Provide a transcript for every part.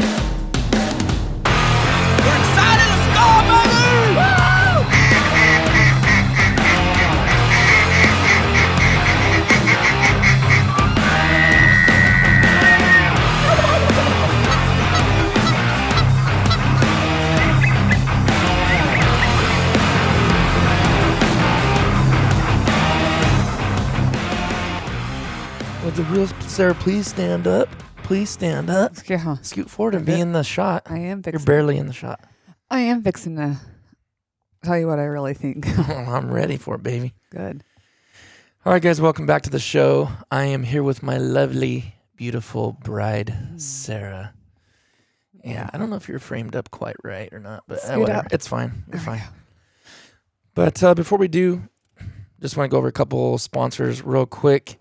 We're excited. Let's go, baby! Would the real Sarah please stand up? Please stand up. Yeah. Scoot forward and be in the shot. I am You're fixing. barely in the shot. I am fixing to tell you what I really think. I'm ready for it, baby. Good. All right, guys, welcome back to the show. I am here with my lovely, beautiful bride, Sarah. Yeah, I don't know if you're framed up quite right or not, but uh, Scoot whatever. up. it's fine. You're fine. But uh, before we do, just want to go over a couple sponsors real quick.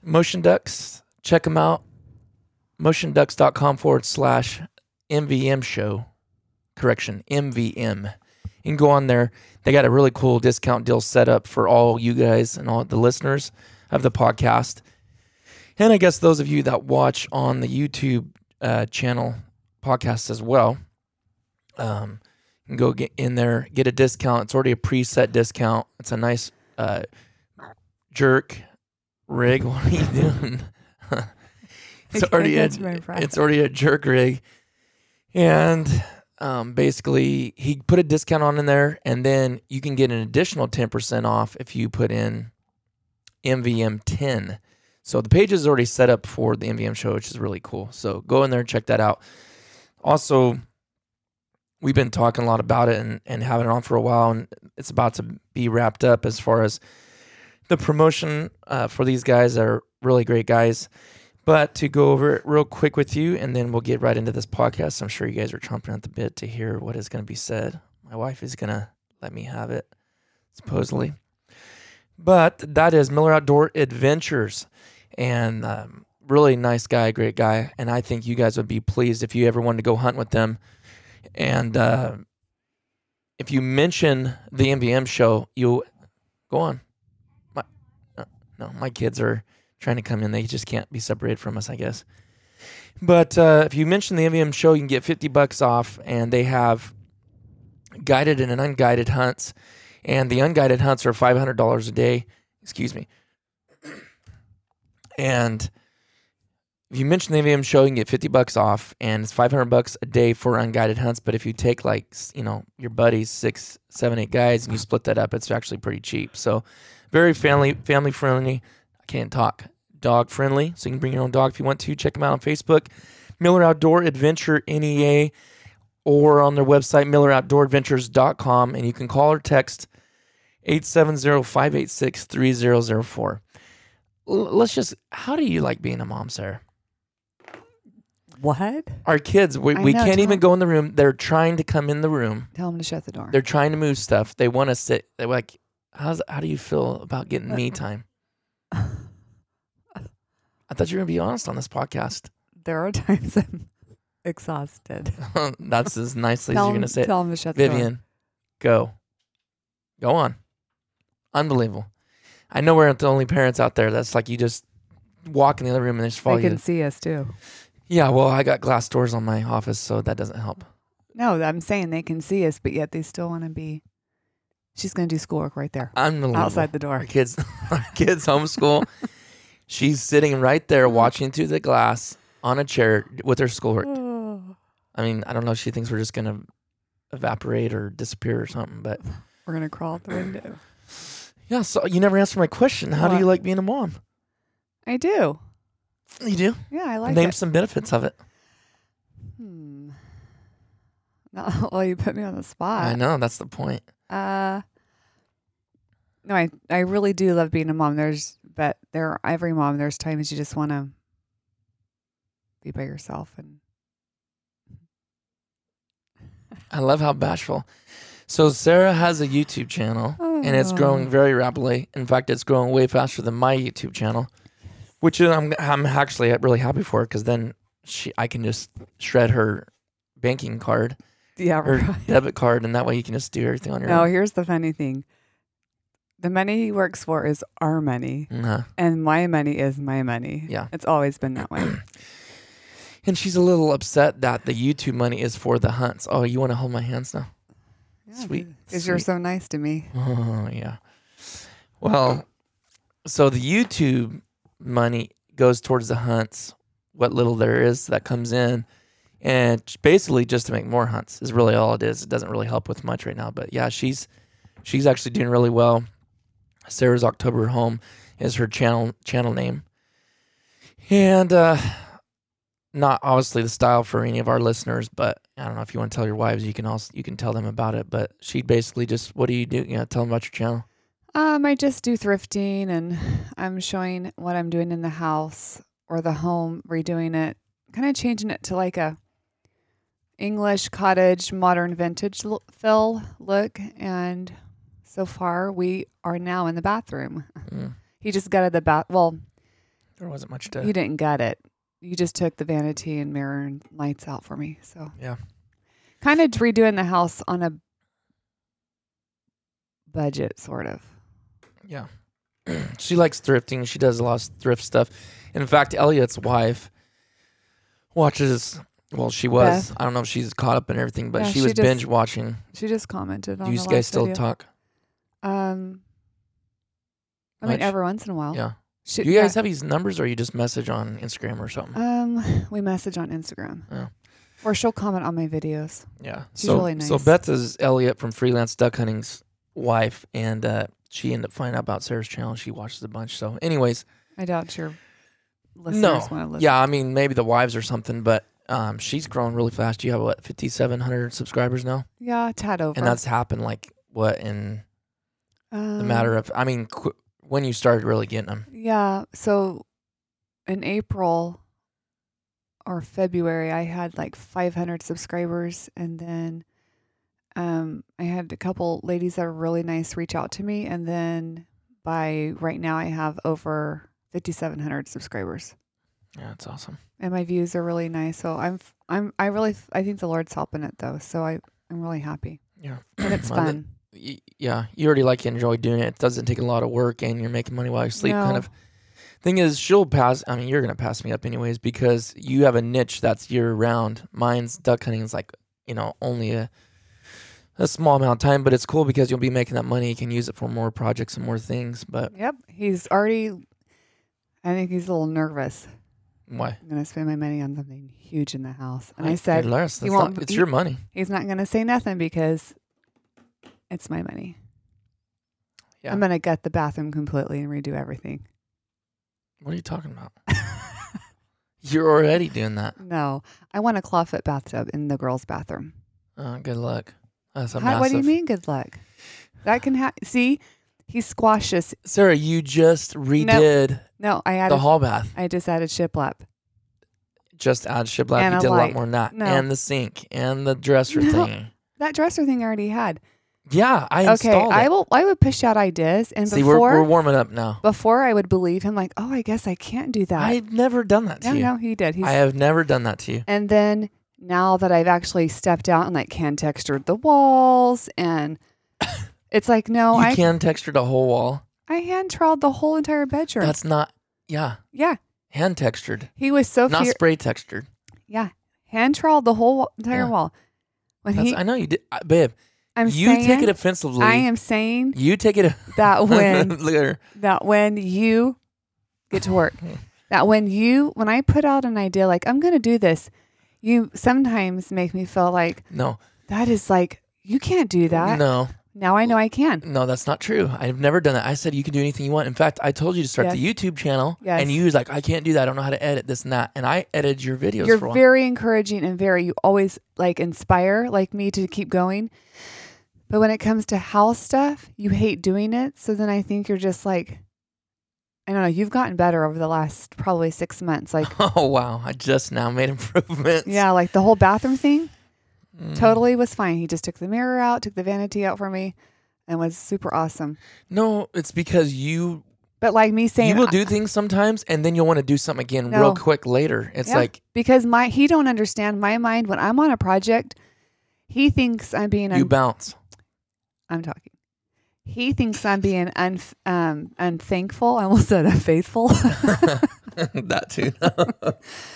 Motion Ducks, check them out. MotionDucks.com forward slash MVM show. Correction, MVM. You can go on there. They got a really cool discount deal set up for all you guys and all the listeners of the podcast. And I guess those of you that watch on the YouTube uh, channel podcast as well, um, you can go get in there, get a discount. It's already a preset discount. It's a nice uh, jerk rig. What are you doing? it's I already a, can't my breath. it's already a jerk rig, and um, basically he put a discount on in there, and then you can get an additional ten percent off if you put in MVM ten. So the page is already set up for the MVM show, which is really cool. So go in there and check that out. Also, we've been talking a lot about it and, and having it on for a while, and it's about to be wrapped up as far as the promotion uh, for these guys are really great guys. But to go over it real quick with you, and then we'll get right into this podcast. I'm sure you guys are chomping at the bit to hear what is going to be said. My wife is going to let me have it, supposedly. But that is Miller Outdoor Adventures and um, really nice guy, great guy. And I think you guys would be pleased if you ever wanted to go hunt with them. And uh, if you mention the MVM show, you go on. My, uh, no, my kids are trying to come in. They just can't be separated from us, I guess. But uh, if you mention the MVM show, you can get 50 bucks off, and they have guided and unguided hunts. And the unguided hunts are $500 a day. Excuse me. And if you mention the MVM show, you can get 50 bucks off, and it's 500 bucks a day for unguided hunts. But if you take like, s- you know, your buddies, six, seven, eight guys, and you split that up, it's actually pretty cheap. So very family, family friendly. I can't talk. Dog friendly. So you can bring your own dog if you want to. Check them out on Facebook, Miller Outdoor Adventure NEA, or on their website, milleroutdooradventures.com. And you can call or text 870 586 3004 l- let's just how do you like being a mom sarah What? our kids we, I we know, can't tell even them. go in the room they're trying to come in the room Tell him to shut the door. they're trying to move stuff they want to sit they're like How's how do you feel about getting Uh, me time? I thought you were gonna be honest on this podcast. There are times I'm exhausted. That's as nicely as tell you're gonna him- say it. tell him to shut the door. Vivian, go. Go on. Unbelievable. I know we're the only parents out there that's like you just walk in the other room and they just follow They can you. see us too. Yeah, well, I got glass doors on my office, so that doesn't help. No, I'm saying they can see us, but yet they still want to be. She's going to do schoolwork right there Unbelievable. outside the Our door. kids, our kids homeschool. She's sitting right there watching through the glass on a chair with her schoolwork. Oh, I mean, I don't know. if She thinks we're just gonna evaporate or disappear or something. But we're going to crawl out the window. yeah, so you never answer my question. How do you What? like being a mom? I do. You do. Yeah, I like Name it. some benefits of it. Hmm. No, well, you put me on the spot. I know that's the point. Uh, no, I I really do love being a mom. There's but there every mom there's times you just want to be by yourself and I love how bashful. So Sarah has a YouTube channel and it's Oh. growing very rapidly. In fact, it's growing way faster than my YouTube channel, which I'm I'm actually really happy for because then she I can just shred her banking card, yeah. her Right. Oh, debit card, and that way you can just do everything on your No, own. here's the funny thing. The money he works for is our money, Nah. and my money is my money. Yeah. it's always been that way. And she's a little upset that the YouTube money is for the hunts. Oh, you want to hold my hands now? Sweet, because you're sweet. so nice to me. Oh yeah. Well, so the YouTube money goes towards the hunts, what little there is that comes in, and j- basically just to make more hunts is really all it is. It doesn't really help with much right now, but yeah, she's she's actually doing really well. Sarah's October Home is her channel channel name, and uh, not obviously the style for any of our listeners, but I don't know if you want to tell your wives, you can also you can tell them about it. But she basically just, what do you do? You know, tell them about your channel. Um, I just do thrifting and I'm showing what I'm doing in the house or the home, redoing it, kind of changing it to like a English cottage modern vintage l- fill look. And so far, we are now in the bathroom. Mm. He just gutted the bath. Well, There wasn't much he to. didn't gut it. You just took the vanity and mirror and lights out for me. So Yeah. kind of redoing the house on a budget, sort of. Yeah, she likes thrifting. She does a lot of thrift stuff. In fact, Elliot's wife watches. Well, she was. I don't know if she's caught up in everything, but Yeah, she she was just- binge watching. She just commented on. Do you the guys last still video. talk? Um, I Much? mean, every once in a while. Yeah. She- Do you guys yeah. have these numbers, or you just message on Instagram or something? Um, we message on Instagram. Oh. Or she'll comment on my videos. Yeah. She's so, really so nice. Beth is Elliot from Freelance Duck Hunting's wife, and uh, she ended up finding out about Sarah's channel. She watches a bunch. So, anyways, I doubt your listeners want to no, listen. yeah, I mean maybe the wives or something, but um, she's grown really fast. You have what fifty seven hundred subscribers now, yeah, a tad over. and that's happened like what in um, the matter of I mean qu- when you started really getting them. Yeah, so in April or February, I had like 500 subscribers, and then um, I had a couple ladies that are really nice reach out to me, and then by right now, I have over 5,700 subscribers. Yeah, it's awesome. and my views are really nice. So I'm f- I'm I really f- I think the Lord's helping it though. So I I'm really happy Yeah, and it's Well, fun. y- yeah, you already like enjoy doing it. It doesn't take a lot of work, and you're making money while you sleep. Kind No. of thing is, she'll pass. I mean, you're gonna pass me up anyways because you have a niche that's year round. Mine's duck hunting is like you know only a a small amount of time, but it's cool because you'll be making that money. You can use it for more projects and more things. But Yep, he's already. I think he's a little nervous. why? I'm gonna spend my money on something huge in the house, and I, Hey, said hey, Lars, he that's won't- not- it's he- your money. he's not gonna say nothing because it's my money. Yeah. I'm gonna gut the bathroom completely and redo everything. What are you talking about? You're already doing that. No, I want a clawfoot bathtub in the girls' bathroom. Oh, good luck. That's a How- what do you massive- mean? Good luck. That can ha- see. He squashes. Sarah? You just redid No, I added the hall bath. I just added shiplap. just add shiplap. And you a did a lot light. more than that. No. And the sink and the dresser No. thing. That dresser thing I already had. Yeah, I Okay, installed I it. will. I would push out ideas, and See, before we're, we're warming up now. before I would believe him, like, oh, I guess I can't do that. I've never done that to no, you. no, he did. He's, I have never done that to you. and then now that I've actually stepped out and like hand textured the walls, and it's like, no, you I can texture the whole wall. I hand troweled the whole entire bedroom. That's not. Yeah, yeah, hand textured, he was so not furious. spray textured. yeah, hand troweled the whole wa- entire Yeah. wall. When That's, he, I know you did, I, babe. I'm you saying, take it offensively. I am saying You take it. that when Look at her. that when you get to work, that when you when I put out an idea like I'm going to do this, you sometimes make me feel like No, that is like you can't do that. no, Now I know I can. no. That's not true. I've never done that. I said you can do anything you want. In fact, I told you to start the YouTube channel, Yes. and you was like, I can't do that. I don't know how to edit this and that. And I edited your videos You're for a while. very encouraging and very you always like inspire like me to keep going. But when it comes to house stuff, you hate doing it. So then I think you're just like I don't know, you've gotten better over the last probably 6 months like Oh wow! I just now made improvements. yeah, like the whole bathroom thing Mm. totally was fine. He just took the mirror out, took the vanity out for me and was super awesome. No, it's because you But like me saying you will I- do things sometimes, and then you'll want to do something again No. real quick later. It's Yeah, like because my he don't understand my mind when I'm on a project. He thinks I'm being you un- bounce. I'm talking. He thinks I'm being un- um, unthankful. I almost said unfaithful. that too.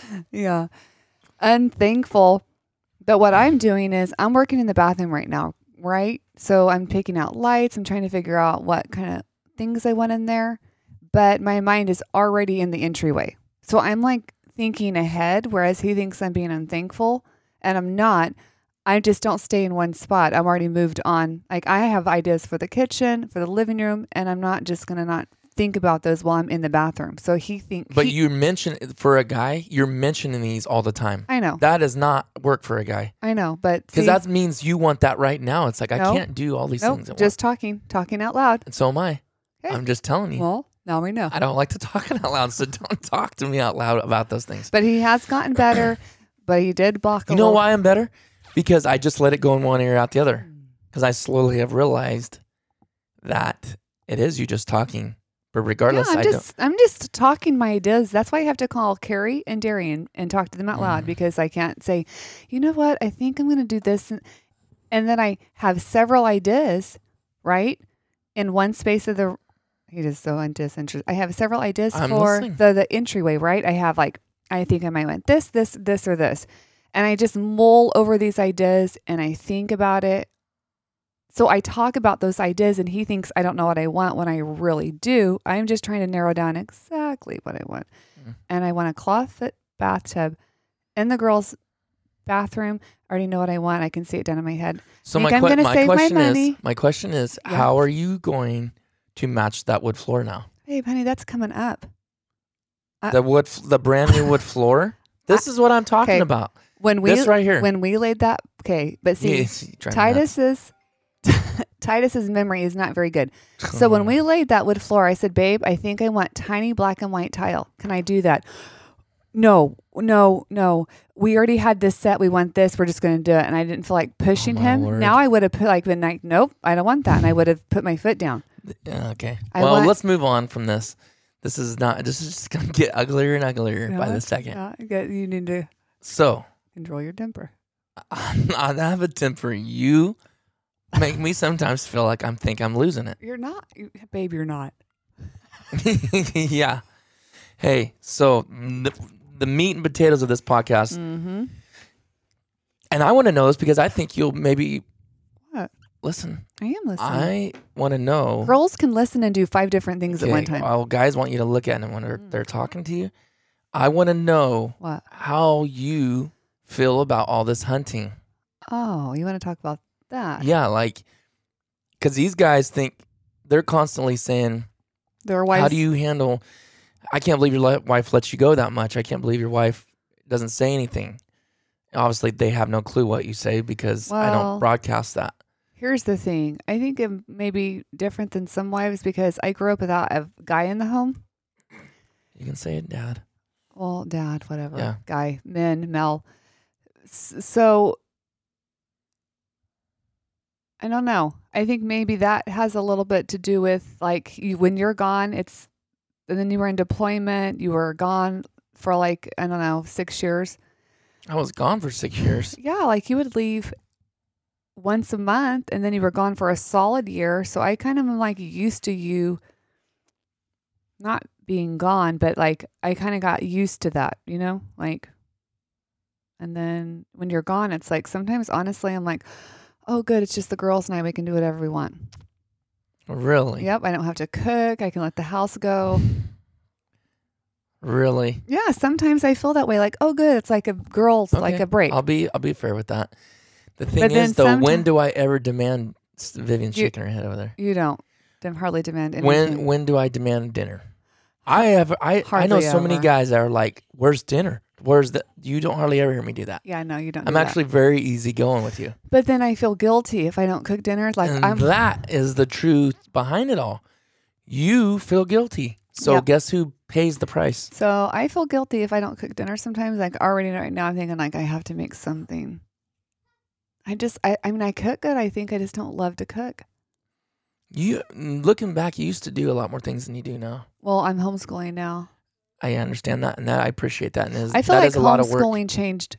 yeah, unthankful. But what I'm doing is I'm working in the bathroom right now, right? So I'm picking out lights. I'm trying to figure out what kind of things I want in there. But my mind is already in the entryway. So I'm like thinking ahead, whereas he thinks I'm being unthankful and I'm not. I just don't stay in one spot. I'm already moved on. Like I have ideas for the kitchen, for the living room, and I'm not just going to not think about those while I'm in the bathroom. So he thinks. but you mention for a guy, you're mentioning these all the time. I know. That does not work for a guy I know, but because see- that means you want that right now. It's like No. I can't do all these Nope, things. At just just talking, talking out loud. and so am I. Okay. I'm just telling you. Well, now we know. Mm. I don't like to talk out loud, so don't talk to me out loud about those things. But he has gotten better. but he did block. A You know little- why I'm better? Because I just let it go in one ear out the other. Hmm. Because I slowly have realized that it is you just talking. But Yeah, regardless, I'm I just I'm just talking my ideas. That's why I have to call Carrie and Darian and talk to them out Mm. loud because I can't say, you know what? I think I'm going to do this, and, and then I have several ideas, right, in one space of the. He is so disinterested. I have several ideas I'm for listening. the the entryway, right? I have like I think I might want this, this, this, or this, and I just mull over these ideas and I think about it. So I talk about those ideas, and he thinks I don't know what I want when I really do. I'm just trying to narrow down exactly what I want. Mm. And I want a clawfoot bathtub in the girls' bathroom. I already know what I want. I can see it down in my head. don't. So think my, I'm que- gonna my save my question money. is, my question is, Yeah. how are you going to match that wood floor now? Hey, honey, that's coming up. Uh, the wood, f- the brand new wood floor. This is what I'm talking okay. about. When we This right here. when we laid that okay, but see, Yeah, you drive me nuts. Titus's Titus's memory is not very good. So when we laid that wood floor, I said, "Babe, I think I want tiny black and white tile. Can I do that?" No, no, no. We already had this set. We want this. We're just going to do it. And I didn't feel like pushing Oh my him. word. Now I would have put like been like, "Nope, I don't want that," and I would have put my foot down. Yeah, okay. I well, want- let's move on from this. This is not. This is just gonna get uglier and uglier by the second. Yeah, "Uh, I get- you need to So control your temper. I'm not, I have a temper. You make me sometimes feel like I'm think I'm losing it. You're not, you- babe. You're not. yeah. Hey, so the, the meat and potatoes of this podcast, Mm-hmm. and I want to know this because I think you'll maybe What? listen. I am listening. I want to know. Girls can listen and do five different things at Okay, one uh, time. Mm. well, guys want you to look at them when they're, they're talking to you. I want to know what? how you feel about all this hunting. Oh, you want to talk about that? Yeah, like because these guys think they're constantly saying. Their wives. How do you handle? I can't believe your li- wife lets you go that much. I can't believe your wife doesn't say anything. Obviously, they have no clue what you say because I Well- don't broadcast that. Here's the thing. I think it may be different than some wives because I grew up without a guy in the home. You can say it, Dad. Well, dad, whatever. Yeah. Guy, men, Mel. S- So I don't know. I think maybe that has a little bit to do with like you, when you're gone, it's and then you were in deployment, you were gone for like, I don't know, six years. I was gone for six years. Yeah, like you would leave once a month and then you were gone for a solid year. So I kind of am like used to you not being gone, but like I kind of got used to that, you know? Like, and then when you're gone, it's like sometimes honestly, I'm like, oh, good. It's just the girls and I. We can do whatever we want. Really? Yep. I don't have to cook. I can let the house go. Really? Yeah. Sometimes I feel that way. Like, oh, good. It's like a girl's, like Okay. a break. I'll be I'll be fair with that. The thing But is then though, when someti- do I ever demand S- Vivian's You- shaking her head over there? you don't. Then hardly demand anything. When when do I demand dinner? I have I, I know Hardly so many ever. guys that are like, Where's dinner? Where's the you don't hardly ever hear me do that. Yeah, no, you don't. I'm do that. actually very easy going with you. But then I feel guilty if I don't cook dinner. It's Like and I'm. that is the truth behind it all. You feel guilty. So Yep. guess who pays the price? so I feel guilty if I don't cook dinner sometimes. Like already right now, I'm thinking like I have to make something. I just, I, I mean, I cook good. I think I just don't love to cook. You looking back, you used to do a lot more things than you do now. Well, I'm homeschooling now. I understand that, and that I appreciate that. And is, I feel that like is a lot of work. homeschooling changed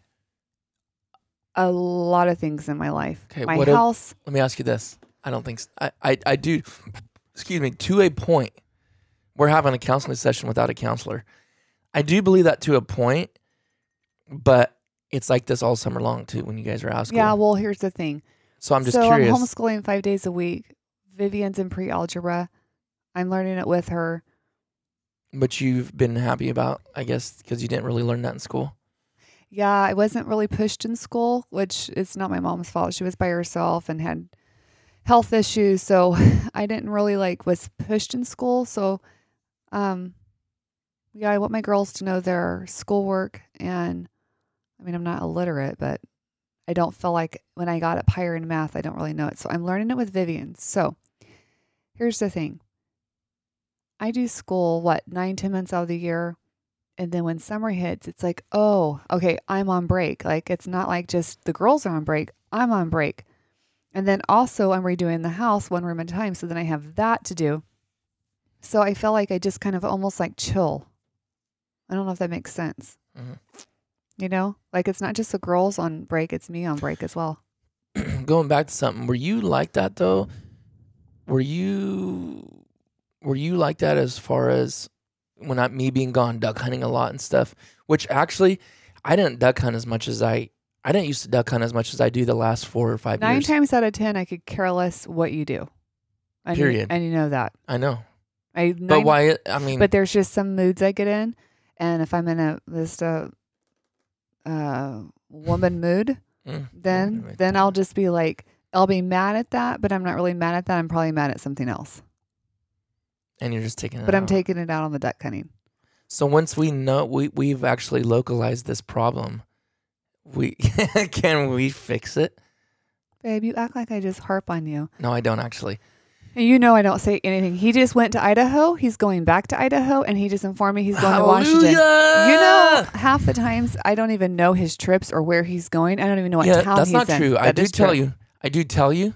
a lot of things in my life. Okay, my what a- house. Let me ask you this: I don't think s- I, I, I do. Excuse me. To a point, we're having a counseling session without a counselor. I do believe that to a point, but it's like this all summer long too. When you guys are out of school, Yeah. Well, here's the thing. so I'm just so curious. I'm homeschooling five days a week. Vivian's in pre-algebra. I'm learning it with her. but you've been happy about, I guess, because you didn't really learn that in school. Yeah, I wasn't really pushed in school, which it's not my mom's fault. She was by herself and had health issues, so I didn't really like was pushed in school. So, um, yeah, I want my girls to know their schoolwork, and I mean, I'm not illiterate, but I don't feel like when I got up higher in math, I don't really know it. So I'm learning it with Vivian. So here's the thing: I do school what nine, ten months out of the year. And then when summer hits, it's like, oh, okay, I'm on break. Like it's not like just the girls are on break, I'm on break. And then also, I'm redoing the house one room at a time. So then I have that to do. So I feel like I just kind of almost like chill. I don't know if that makes sense. Mhm. You know, like it's not just the girls on break, it's me on break as well. going back to something were you like that though were you were you like that as far as when I me being gone duck hunting a lot and stuff which actually i didn't duck hunt as much as i i didn't used to duck hunt as much as i do the last four or five Nine years times out of 10, I could care less what you do. And Period. You, and you know that. i know I, but nine- why i mean but there's just some moods I get in, and if I'm in a just a uh, woman mood, Mm, then woman mood. then I'll just be like, I'll be mad at that, but I'm not really mad at that. I'm probably mad at something else, and you're just taking it but I'm out. taking it out on the duck hunting. so once we know we, we've actually localized this problem we can we fix it Babe, you act like I just harp on you. no i don't actually And you know I don't say anything. He just went to Idaho. He's going back to Idaho, and he just informed me he's going to Washington. You know, Hallelujah! half the times I don't even know his trips or where he's going. I don't even know what yeah, town that's he's not in. true. I That do is true. tell you. I do tell you.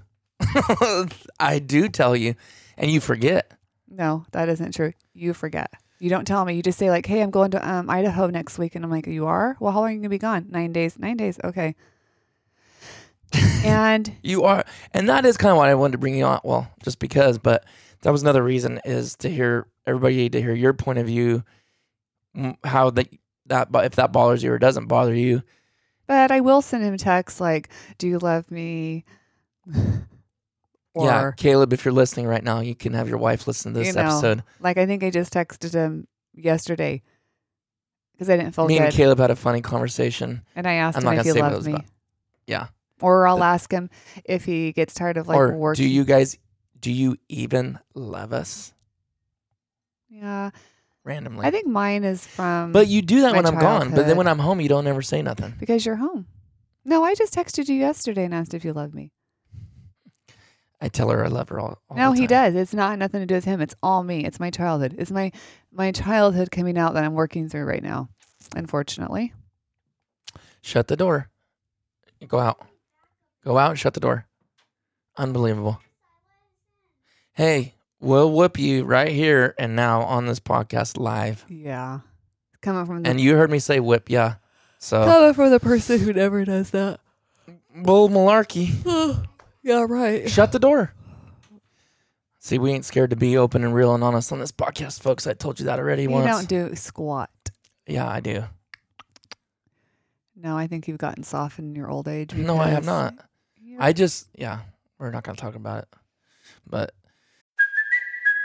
I do tell you, and you forget. No, that isn't true. You forget. You don't tell me. You just say like, "Hey, I'm going to um, Idaho next week," and I'm like, "You are? Well, how long are you gonna be gone? Nine days. Nine days. Okay." and You are, and that is kind of why I wanted to bring you on. Well, just because, but that was another reason is to hear everybody to hear your point of view, m- how that that bo- if that bothers you or doesn't bother you. but I will send him a text like, "Do you love me?" or yeah, Caleb, if you're listening right now, you can have your wife listen to this You know, episode. like I think I just texted him yesterday because I didn't feel Me good, and Caleb had a funny conversation. and I asked I'm not him gonna if he say what it loved was me. about. Yeah. Or I'll The- ask him if he gets tired of like or working. do you guys do you even love us Yeah, randomly? I think mine is from. But you do that my when I'm gone. But then childhood. when I'm home, you don't ever say nothing. Because you're home. No, I just texted you yesterday and asked if you love me. I tell her I love her all. all no, the he time. does. It's not nothing to do with him. It's all me. It's my childhood. It's my my childhood coming out that I'm working through right now. Unfortunately, Shut the door. Go out. Go out. Shut the door. Unbelievable. Hey, we'll whoop you right here and now on this podcast live. Yeah. It's coming from the And uh, you heard me say whip, yeah. So coming from the person who never does that. bull malarkey. yeah, right. Shut the door. See, we ain't scared to be open and real and honest on this podcast, folks. I told you that already You once. don't do squat. yeah, I do. No, I think you've gotten softened in your old age. No, I have because- not. Yeah. I just, yeah, we're not gonna talk about it. But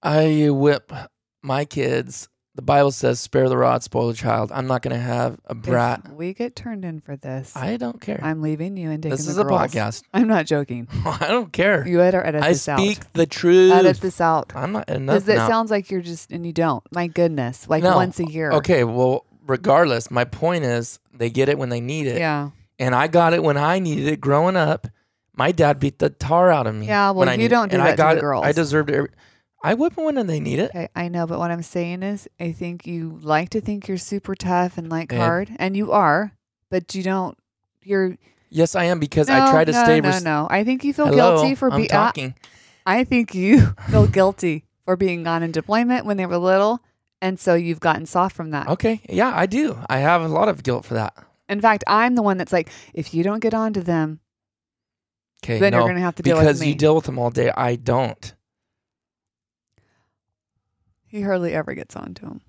I whip my kids. The Bible says, "Spare the rod, spoil the child." I'm not gonna have a If brat. we get turned in for this. I, I don't care. am leaving you and taking this the is a girls. podcast. I'm not joking. I don't care. You better edit I this speak out. the truth. Edit this out. I'm not enough. Because it now. sounds like you're just and you don't. My goodness, like No. once a year. Okay, well, regardless, my point is they get it when they need it. Yeah. And I got it when I needed it growing up. My dad beat the tar out of me. Yeah, well, when I you needed- don't do and that I to got the it- I girls. deserved it. every- I whip them when they need it. Okay, I know, but what I'm saying is, I think you like to think you're super tough and like Babe. hard, and you are, but you don't. You're Yes, I am because no, I try to no, stay. No, res- no, I think you feel Hello, guilty for uh, I'm being. talking. I think you feel guilty for being gone in deployment when they were little, and so you've gotten soft from that. okay, yeah, I do. I have a lot of guilt for that. In fact, I'm the one that's like, if you don't get on to them, Okay, Then you're no, gonna have to deal with because me. you deal with them all day. I don't. he hardly ever gets on to them.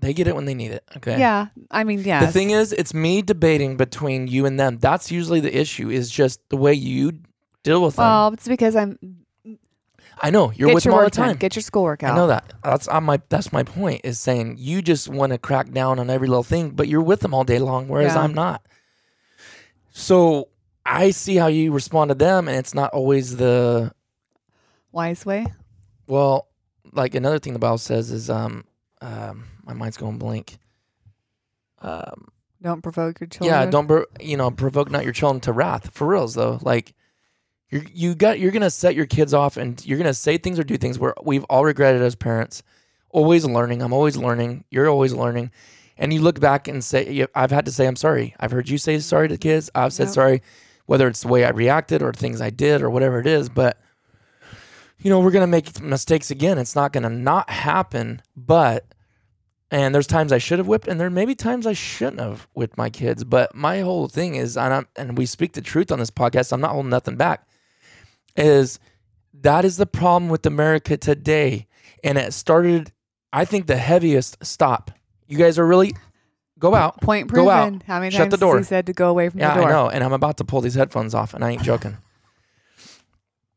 They get it when they need it. Okay. Yeah, I mean, yeah. The thing is, it's me debating between you and them. That's usually the issue. Is just the way you deal with them. well, it's because I'm. I know you're get with your them all the work done, time. Get your schoolwork out. I know that. That's on my. That's my point. Is saying you just want to crack down on every little thing, but you're with them all day long, whereas Yeah. I'm not. So I see how you respond to them, and it's not always the Wise way. well. Like another thing the Bible says is, um, um, my mind's going blank. Um, Don't provoke your children. yeah, don't pro- you know provoke not your children to wrath. For reals though, like you you got you're gonna set your kids off, and you're gonna say things or do things where we've all regretted as parents. Always learning. I'm always learning. You're always learning, and you look back and say, yeah, "I've had to say I'm sorry." I've heard you say sorry to kids. I've said Yep. sorry, whether it's the way I reacted or things I did or whatever it is, but. You know, we're going to make mistakes again. It's not going to not happen, but and there's times I should have whipped, and there may be times I shouldn't have whipped my kids. But my whole thing is, and, I'm, and we speak the truth on this podcast. I'm not holding nothing back. Is that is the problem with America today, and it started. I think the heaviest stop. You guys are really go out. Point Go proven. out. How many Shut times the door. has he said to go away from Yeah, the door? I know. And I'm about to pull these headphones off, and I ain't joking.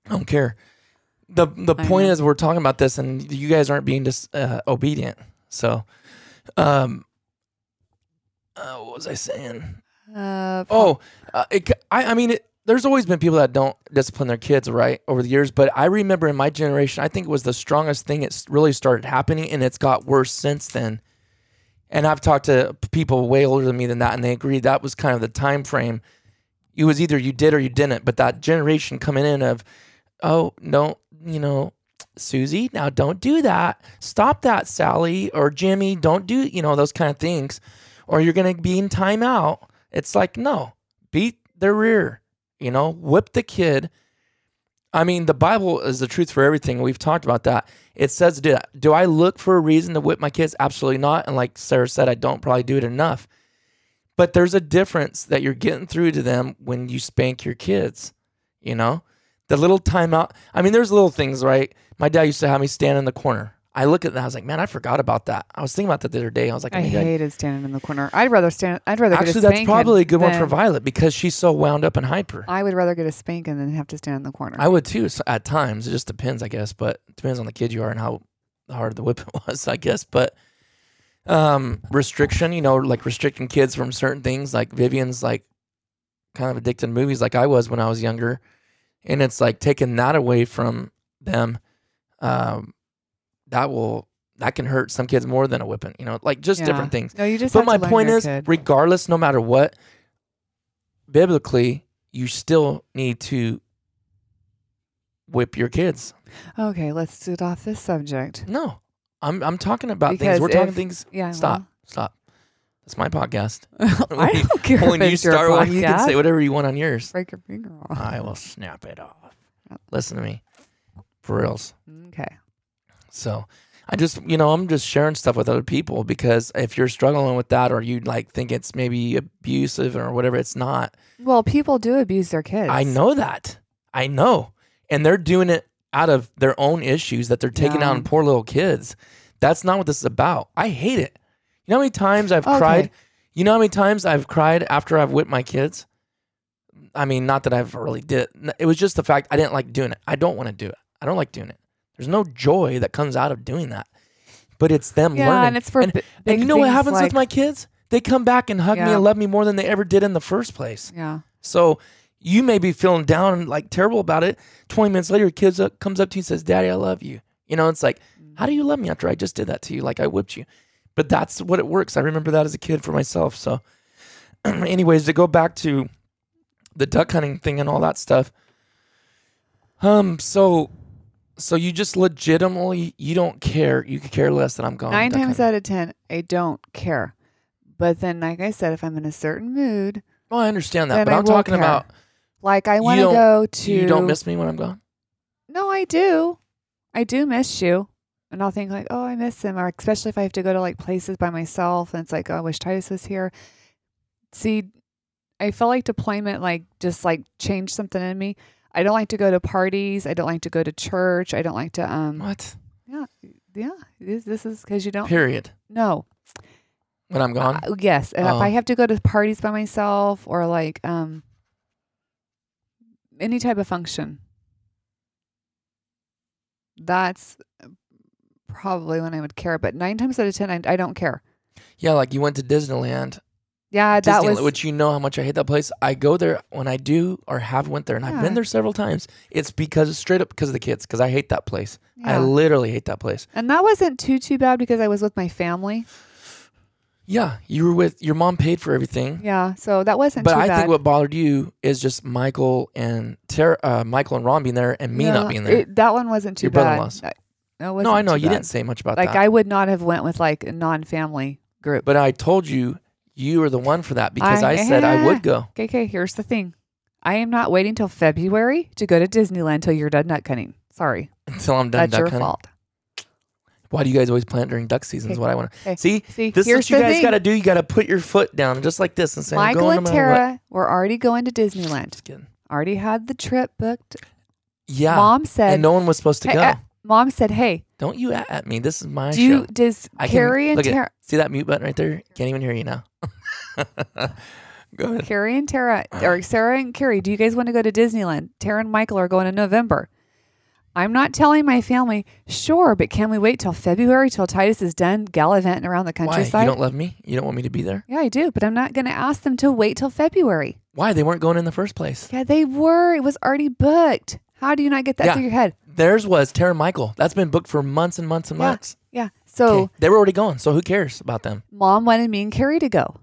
I don't care. the The I point know. is, we're talking about this, and you guys aren't being dis- uh, obedient. So, um, uh, what was I saying? Uh, Oh, uh, it, c- I, I mean, it, there's always been people that don't discipline their kids, right, over the years. But I remember in my generation, I think it was the strongest thing. It's really started happening, and it's got worse since then. And I've talked to p- people way older than me than that, and they agreed that was kind of the time frame. It was either you did or you didn't. But that generation coming in of, oh, no, you know, Susie, now don't do that. Stop that, Sally or Jimmy. Don't do, you know, those kind of things, or you're going to be in timeout. It's like, no, beat their rear, you know, whip the kid. I mean, the Bible is the truth for everything. We've talked about that. It says, do, do I look for a reason to whip my kids? Absolutely not. And like Sarah said, I don't probably do it enough. But there's a difference that you're getting through to them when you spank your kids, you know? The little timeout. I mean, there's little things, right? My dad used to have me stand in the corner. I look at that. I was like, man, I forgot about that. I was thinking about that the other day. I was like, I think I- hated standing in the corner. I'd rather stand. I'd rather get a Actually, that's spanking probably a good one for than- Violet because she's so wound up and hyper. I, I would rather get a spanking than have to stand in the corner. would too s- at times. It just depends, I guess. But it depends on the kid you are and how hard the whip was, I guess. But um, restriction, you know, like restricting kids from certain things. Like Vivian's like kind of addicted to movies, like I was when I was younger. and it's like taking that away from them um that will that can hurt some kids more than a whipping you know like just Yeah. different things No, you just. but have my to learn point your is kid. regardless no matter what biblically you still need to whip your kids okay, let's get off this subject. no i'm i'm talking about Because things we're talking if- things Yeah. stop stop that's my podcast well, I When- don't care when if you it's your start one you can podcast. say whatever you want on yours Break your finger off. I will snap it off. Listen to me. For reals. Okay. So I just, you know, I'm just sharing stuff with other people because if you're struggling with that or you like think it's maybe abusive or whatever, it's not. Well, people do abuse their kids. I know that. I know. And they're doing it out of their own issues that they're taking Yeah. out on poor little kids. That's not what this is about. I hate it. You know how many times I've Okay. cried? You know how many times I've cried after I've whipped my kids? I mean, not that I've really did. it. It was just the fact I didn't like doing it. I don't want to do it. I don't like doing it. There's no joy that comes out of doing that. But it's them Yeah, learning. and it's for and, bi- and big you know what things happens with like- my kids? They come back and hug me Yeah. and love me more than they ever did in the first place. Yeah. So you may be feeling down and like terrible about it. 20 minutes later, your kid up, comes up to you and says, Daddy, I love you. You know, it's like, Mm-hmm. how do you love me after I just did that to you? Like I whipped you. But that's what it works. I remember that as a kid for myself. So, anyways, to go back to the duck hunting thing and all that stuff. Um, so, so you just legitimately you don't care. You could care less Oh, that I'm gone. Nine duck times hunting. out of ten, I don't care. But then, like I said, if I'm in a certain mood, Well, I understand that, Then but I I'm will talking care. about like I You want to don't- go to. you don't miss me when I'm gone. No, I do. I do miss you. And I'll think like, oh, I miss him, or especially if I have to go to like places by myself, and it's like, oh, I wish Titus was here. See, I felt like deployment like just like changed something in me. I don't like to go to parties. I don't like to go to church. I don't like to um. What? Yeah, yeah. This, this is because you don't. Period. No. When I'm gone. Uh, yes, and Oh. if I have to go to parties by myself or like um any type of function, that's uh, probably when I would care. But nine times out of ten, I, I don't care. Yeah, like you went to Disneyland. Yeah, that Disneyland, was which you know how much I hate that place. I go there when I do or have went there, and I've been Yeah. there several times. It's because straight up because of the kids, because I hate that place. I Yeah. literally hate that place. and that wasn't too too bad because I was with my family. Yeah, you were with your mom paid for everything, Yeah, so that wasn't. but too I bad. think what bothered you is just Michael and Tara, uh, Michael and Ron being there, and me Yeah, not being there. it- that one wasn't too Your bad. brother-in-law's. I- that no, I wasn't know too you bad. didn't say much about Like that. I would not have went with like a non-family group. but I told you you were the one for that because I, said I would go. Okay, okay, here's the thing. I am not waiting till February to go to Disneyland till you're done nut cutting. Sorry. Until I'm done. That's duck your hunting. fault. Why do you guys always plan during duck season? Is Okay. what I want to Okay. see. See, This is here's what you the guys thing. got to do. You got to put your foot down, just like this, and say, I'm Michael going and no matter what. Tara were already going to Disneyland. Just kidding. Already had the trip booked. Yeah. Mom said Ah, and no one was supposed to Hey, go. uh, Mom said, Hey, Don't you at, at me. This is my do you show. does Carrie and look at- Tara see that mute button right there? Can't even hear you now. go ahead. Carrie and Tara or Sarah and Carrie, do you guys want to go to Disneyland? Tara and Michael are going in November. I'm not telling my family, sure, but can we wait till February till Titus is done gallivanting around the Why? You countryside? don't love me? You don't want me to be there? Yeah, I do, but I'm not going to ask them to wait till February. Why? They weren't going in the first place. Yeah, they were. It was already booked. How do you not get that Yeah. through your head? Theirs was Tara and Michael. That's been booked for months and months and Yeah. months. Yeah. So, Okay. They were already going, so who cares about them? mom wanted me and Carrie to go,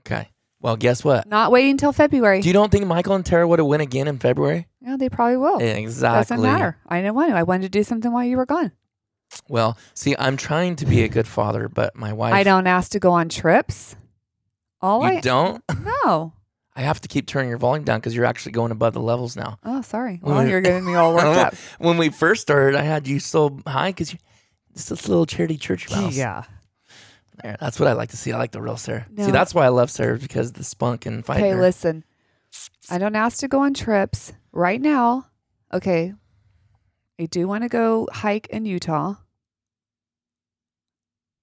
Okay. Well, guess what? not waiting till February. Do you don't think Michael and Tara would have went again in February? yeah, they probably will. Exactly. Oh, Doesn't matter. I didn't want to. I wanted to do something while you were gone. Well, see, I'm trying to be a good father, but my wife. I don't ask to go on trips. All You I don't. no. I have to keep turning your volume down because you're actually going above the levels now. Oh, sorry. When Well, we- you're getting me all worked up. When we first started, I had you so high because you it's this little charity church mouse. Yeah. There, that's what I like to see. I like the real Sarah. See, No. that's why I love Sarah because the spunk and fight. Okay, listen. I don't ask to go on trips right now. Okay. I do want to go hike in Utah.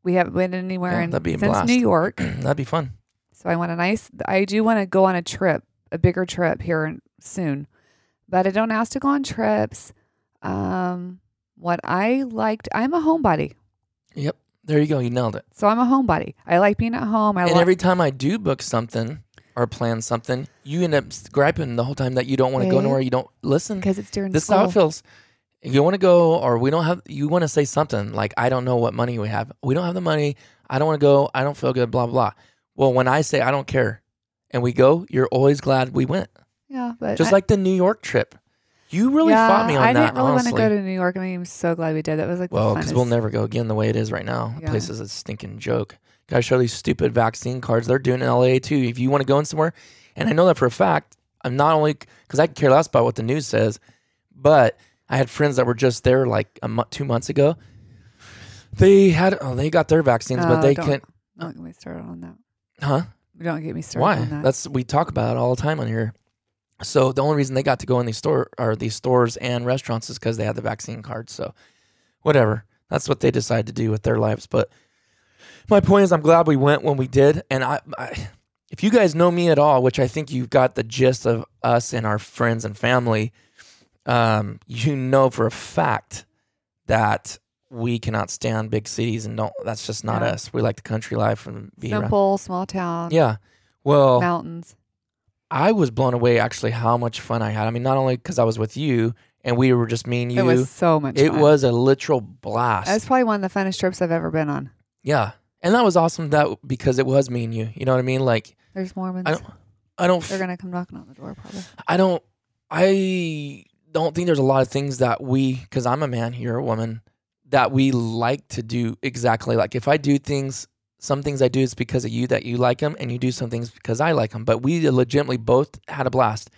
We haven't been anywhere Yeah, in that'd be a since blast. New York. That'd be fun. So I want a nice I do want to go on a trip, a bigger trip here in- soon. But I don't ask to go on trips. Um what I liked, I'm a homebody. Yep. There you go. You nailed it. So I'm a homebody. I like being at home. I and like every time I do book something, or plan something, you end up griping the whole time that you don't want to go Yeah. nowhere. You don't listen. because it's during This is school. how it feels. If you want to go, or we don't have, you want to say something like, I don't know what money we have. We don't have the money. I don't want to go. I don't feel good, blah, blah. Well, when I say I don't care and we go, you're always glad we went. Yeah, but Just I- like the New York trip. You really yeah, fought me on I that, didn't really honestly. want to go to New York, and I'm so glad we did. That was like Well, the because we'll funnest- never go again the way it is right now. The Yeah. place is a stinking joke. Gotta show these stupid vaccine cards they're doing in LA too. If you want to go in somewhere, and I know that for a fact, I'm not only because I could care less about what the news says, but I had friends that were just there like a mo- two months ago. They had oh they got their vaccines, but Oh, they don't- can't, Don't get me started on that. huh? Don't get me started Why? on that. That's we talk about it all the time on here. So the only reason they got to go in these store or these stores and restaurants is because they had the vaccine card. So whatever. That's what they decide to do with their lives. But my point is I'm glad we went when we did. And I, I if you guys know me at all, which I think you've got the gist of us and our friends and family, um, you know for a fact that we cannot stand big cities and don't that's just not Yeah. us. We like the country life and be around. simple, small town, Yeah. Well, mountains. I was blown away actually how much fun I had. I mean, not only because I was with you and we were just me and you. it was so much. It fun. was a literal blast. That's probably one of the funnest trips I've ever been on. yeah, and that was awesome. That because it was me and you. You know what I mean? Like There's Mormons. I don't, I don't, They're f- gonna come knocking on the door probably. I don't, I don't think there's a lot of things that we, because I'm a man, you're a woman, that we like to do exactly. Like if I do things, some things I do it's because of you that you like them, and you do some things because I like them. But we legitimately both had a blast.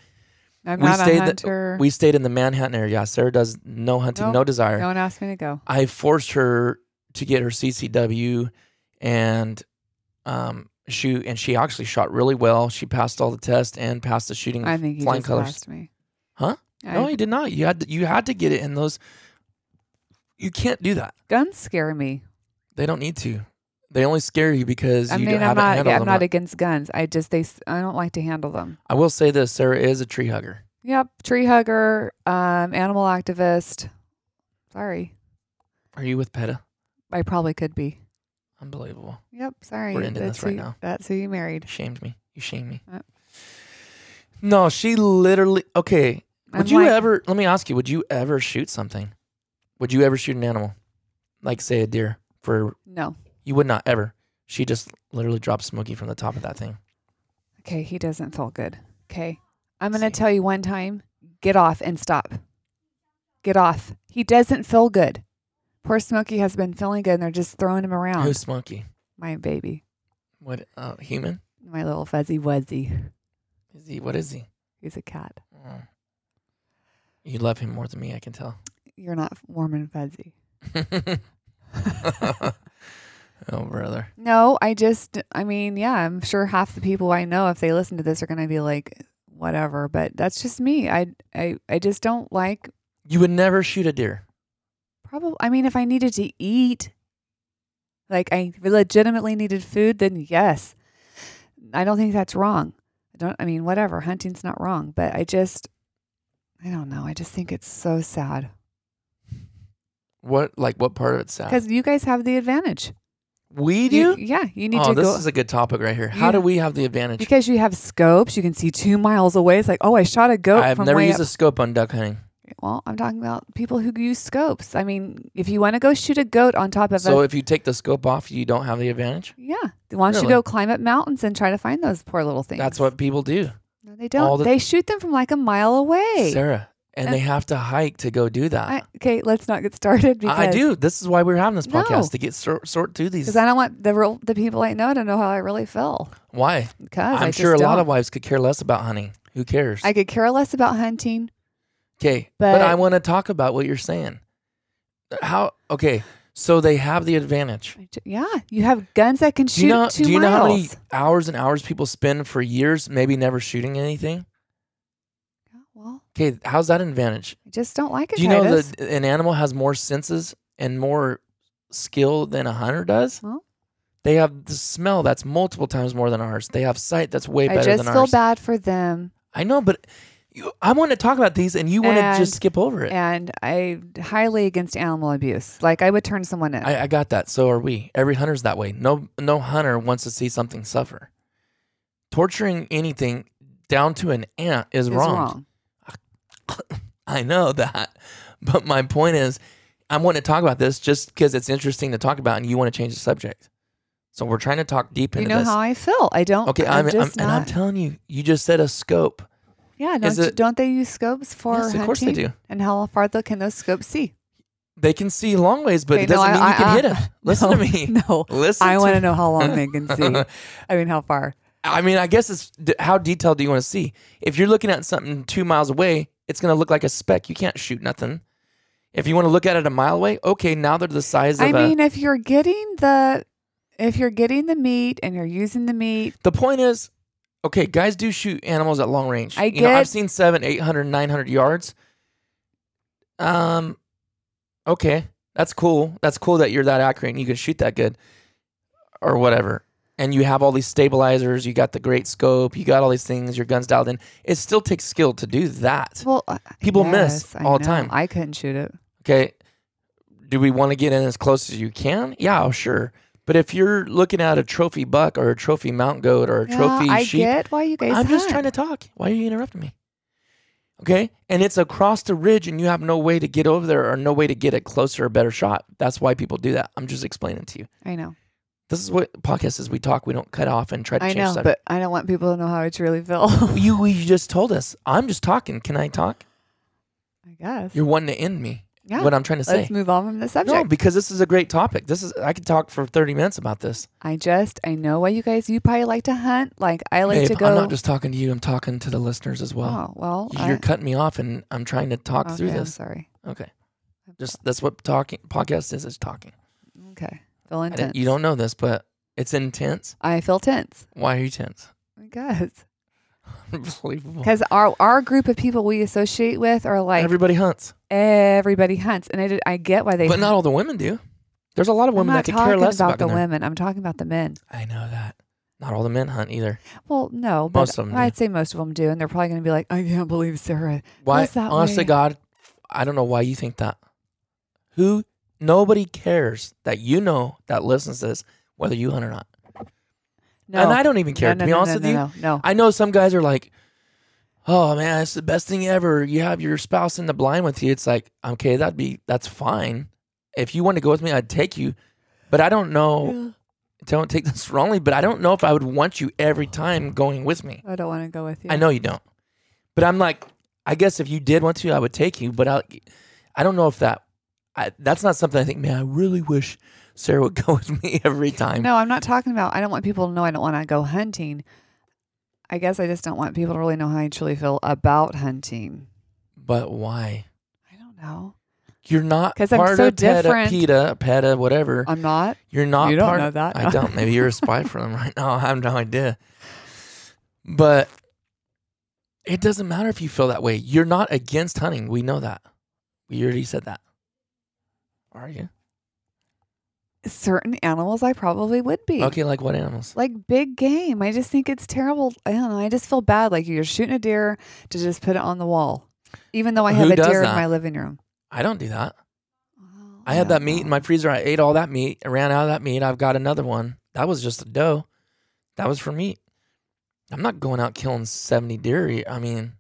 I'm we not stayed a the- hunter. We stayed in the Manhattan area. Sarah does no hunting, Nope. no desire. no one asked me to go. I forced her to get her CCW, and um, shoot, and she actually shot really well. She passed all the tests and passed the shooting I think you Mm, flying just colors. asked me. Huh? I, No, you did not. You had to, you had to get it in those. You can't do that. guns scare me. They don't need to. They only scare you because I you mean, I'm haven't not. handled I'm them. not against guns. I just they. s- I don't like to handle them. I will say this: Sarah is a tree hugger. Yep, tree hugger, um, animal activist. Sorry, Are you with Peta? I probably could be. Unbelievable. Yep, sorry. We're ending that's this right who, now. That's who you married. Shamed me. You shamed me. Uh. No, she literally. Okay, would I'm you like- ever? Let me ask you. Would you ever shoot something? Would you ever shoot an animal, like say a deer? For No. you would not ever. She just literally dropped Smokey from the top of that thing. Okay, he doesn't feel good. Okay, I'm gonna See. tell you one time. Get off and stop. Get off. He doesn't feel good. Poor Smokey has been feeling good, and they're just throwing him around. Who's Smokey? my baby, What uh, human? my little fuzzy wuzzy. Is he? What is he? He's a cat. Oh. You love him more than me. I can tell. You're not warm and fuzzy. oh, brother. No, I just, I mean, yeah, I'm sure half the people I know, if they listen to this, are going to be like, whatever. But that's just me. I, I, I just don't like. You would never shoot a deer. Probably, I mean, if I needed to eat, like I legitimately needed food, then yes, I don't think that's wrong. I don't. I mean, whatever. Hunting's not wrong, but I just, I don't know. I just think it's so sad What? Like what part of it's sad? because you guys have the advantage. We Uh. do. yeah, you need oh, to this go. is a good topic right here. How You- do we have the advantage? Because you have scopes, you can see two miles away. It's like, oh, I shot a goat I've from never way used up. a scope on duck hunting. well, I'm talking about people who use scopes. I mean, if you want to go shoot a goat on top of So a if you take the scope off, you don't have the advantage. yeah, why don't you Really? go climb up mountains and try to find those poor little things? That's what people do, no, they all don't. the- they shoot them from like a mile away. Sarah, and, they have to hike to go do I, that. okay, let's not get started because I, do. This is why we're having this podcast No. to get sort, sort through these. because I don't want the real the people I know to know how I really feel. why? Because I'm I sure a just lot don't. of wives could care less about hunting. Who cares? I could care less about hunting. Okay, but, But- I want to talk about what you're saying. How? Okay, so they have the advantage. I ju- Yeah, you have guns that can shoot Do you know? two Do you know miles. how many hours and hours people spend for years, maybe never shooting anything? Yeah, well, Okay, how's that an advantage? I just don't like it. Do you know Titus. that an animal has more senses and more skill than a hunter does? Well. They have the smell that's multiple times more than ours. They have sight that's way better I just than feel ours. bad for them, I know, but you, I want to talk about these, and you want to And- just skip over it. and I highly against animal abuse. Like I would turn someone in. I, I got that. So are we. Every hunter's that way. No, no hunter wants to see something suffer. torturing anything down to an ant is, It's wrong. wrong. I know that. But my point is, I want to talk about this just because it's interesting to talk about and you want to change the subject. So we're trying to talk deep You into know this. how I feel. I don't. okay, I'm, I'm, I'm, just and not. I'm telling you, you just said a scope. yeah, is don't, you- it- don't they use scopes for Yes, hunting? of course they do. And how far though can those scopes see? They can see long ways, but Okay, it doesn't I- mean you I- can I- hit them. Listen no, to me. No, Listen I to want me. to know how long they can see. I mean, how far? I mean, I guess it's d- how detailed do you want to see? If you're looking at something two miles away, it's going to look like a speck. You can't shoot nothing. If you want to look at it a mile away, okay, now they're the size of I a. mean, if you're getting the if you're getting the meat and you're using the meat, the point is, okay, guys do shoot animals at long range. I you know, I've get- seen seven, 800, 900 yards. Um, okay, that's cool. That's cool that you're that accurate and you can shoot that good or whatever. And you have all these stabilizers, you got the great scope, you got all these things, your gun's dialed in. It still takes skill to do that. well, uh, People miss yes, I all know. the time. I couldn't shoot it. Okay. Do we want to get in as close as you can? Yeah, sure. But if you're looking at a trophy buck or a trophy mountain goat or a Yeah, trophy I sheep, get why you guys. I'm just trying hunt. to talk. Why are you interrupting me? Okay. And it's across the ridge and you have no way to get over there or no way to get a closer or better shot. That's why people do that. I'm just explaining to you. I know. This is what podcast is. We talk, we don't cut off and try to I change know, subject. but I don't want people to know how I truly feel. you, you just told us. I'm just talking. Can I talk? I guess. You're wanting to end me. Yeah, What I'm trying to say. Let's move on from the subject. No, because this is a great topic. This is I could talk for 30 minutes about this. I just I know why you guys. You probably like to hunt. Like I like Babe, to go. I'm not just talking to you. I'm talking to the listeners as well. oh well. You're I- Oh, cutting me off, and I'm trying to talk through okay, I'm this. sorry. Okay, just that's what talking podcast is. Is talking. Okay. Feel I intense. didn't- You don't know this, but it's intense. I feel tense. Why are you tense? I guess Unbelievable. because our our group of people we associate with are like Everybody hunts, everybody hunts, and I did, I get why they. but not hunt. all the women do. There's a lot of I'm women not that could care talking less about, about, the gun. women. I'm talking about the men. I know that. Not all the men hunt either. Well, no, but Most of 'em do. I'd say most of them do, and they're probably going to be like, "I can't believe Sarah." Why? was that Honest way. to God, I don't know why you think that. Who? Nobody cares that you know that listens to this, whether you hunt or not. No, And I don't even care. No, no, to be no, honest no, with no, you, no, no. I know some guys are like, "Oh man, it's the best thing ever." You have your spouse in the blind with you. It's like, okay, that'd be that's fine. If you want to go with me, I'd take you. But I don't know. Don't take this wrongly, but I don't know if I would want you every time going with me. I don't want to go with you. I know you don't. But I'm like, I guess if you did want to, I would take you. But I, I don't know if that. I, that's not something I think. Man, I really wish Sarah would go with me every time. No, I'm not talking about. I don't want people to know I don't want to go hunting. I guess I just don't want people to really know how I truly feel about hunting. But why? I don't know. You're not 'Cause I'm part so of PETA, different. PETA, PETA, whatever. I'm not. You're not. You don't part know that. I don't. Maybe you're a spy for them right now. I have no idea. But it doesn't matter if you feel that way. You're not against hunting. We know that. We already said that. Are you? Certain animals, I probably would be. Okay, like what animals? Like big game. I just think it's terrible. I don't know. I just feel bad. Like you're shooting a deer to just put it on the wall, even though I Who have a does deer that? in my living room. I don't do that. Well, I had don't that meat in know. my freezer. I ate all that meat. I ran out of that meat. I've got another one. That was just a doe. That was for meat. I'm not going out killing 70 deer. I mean,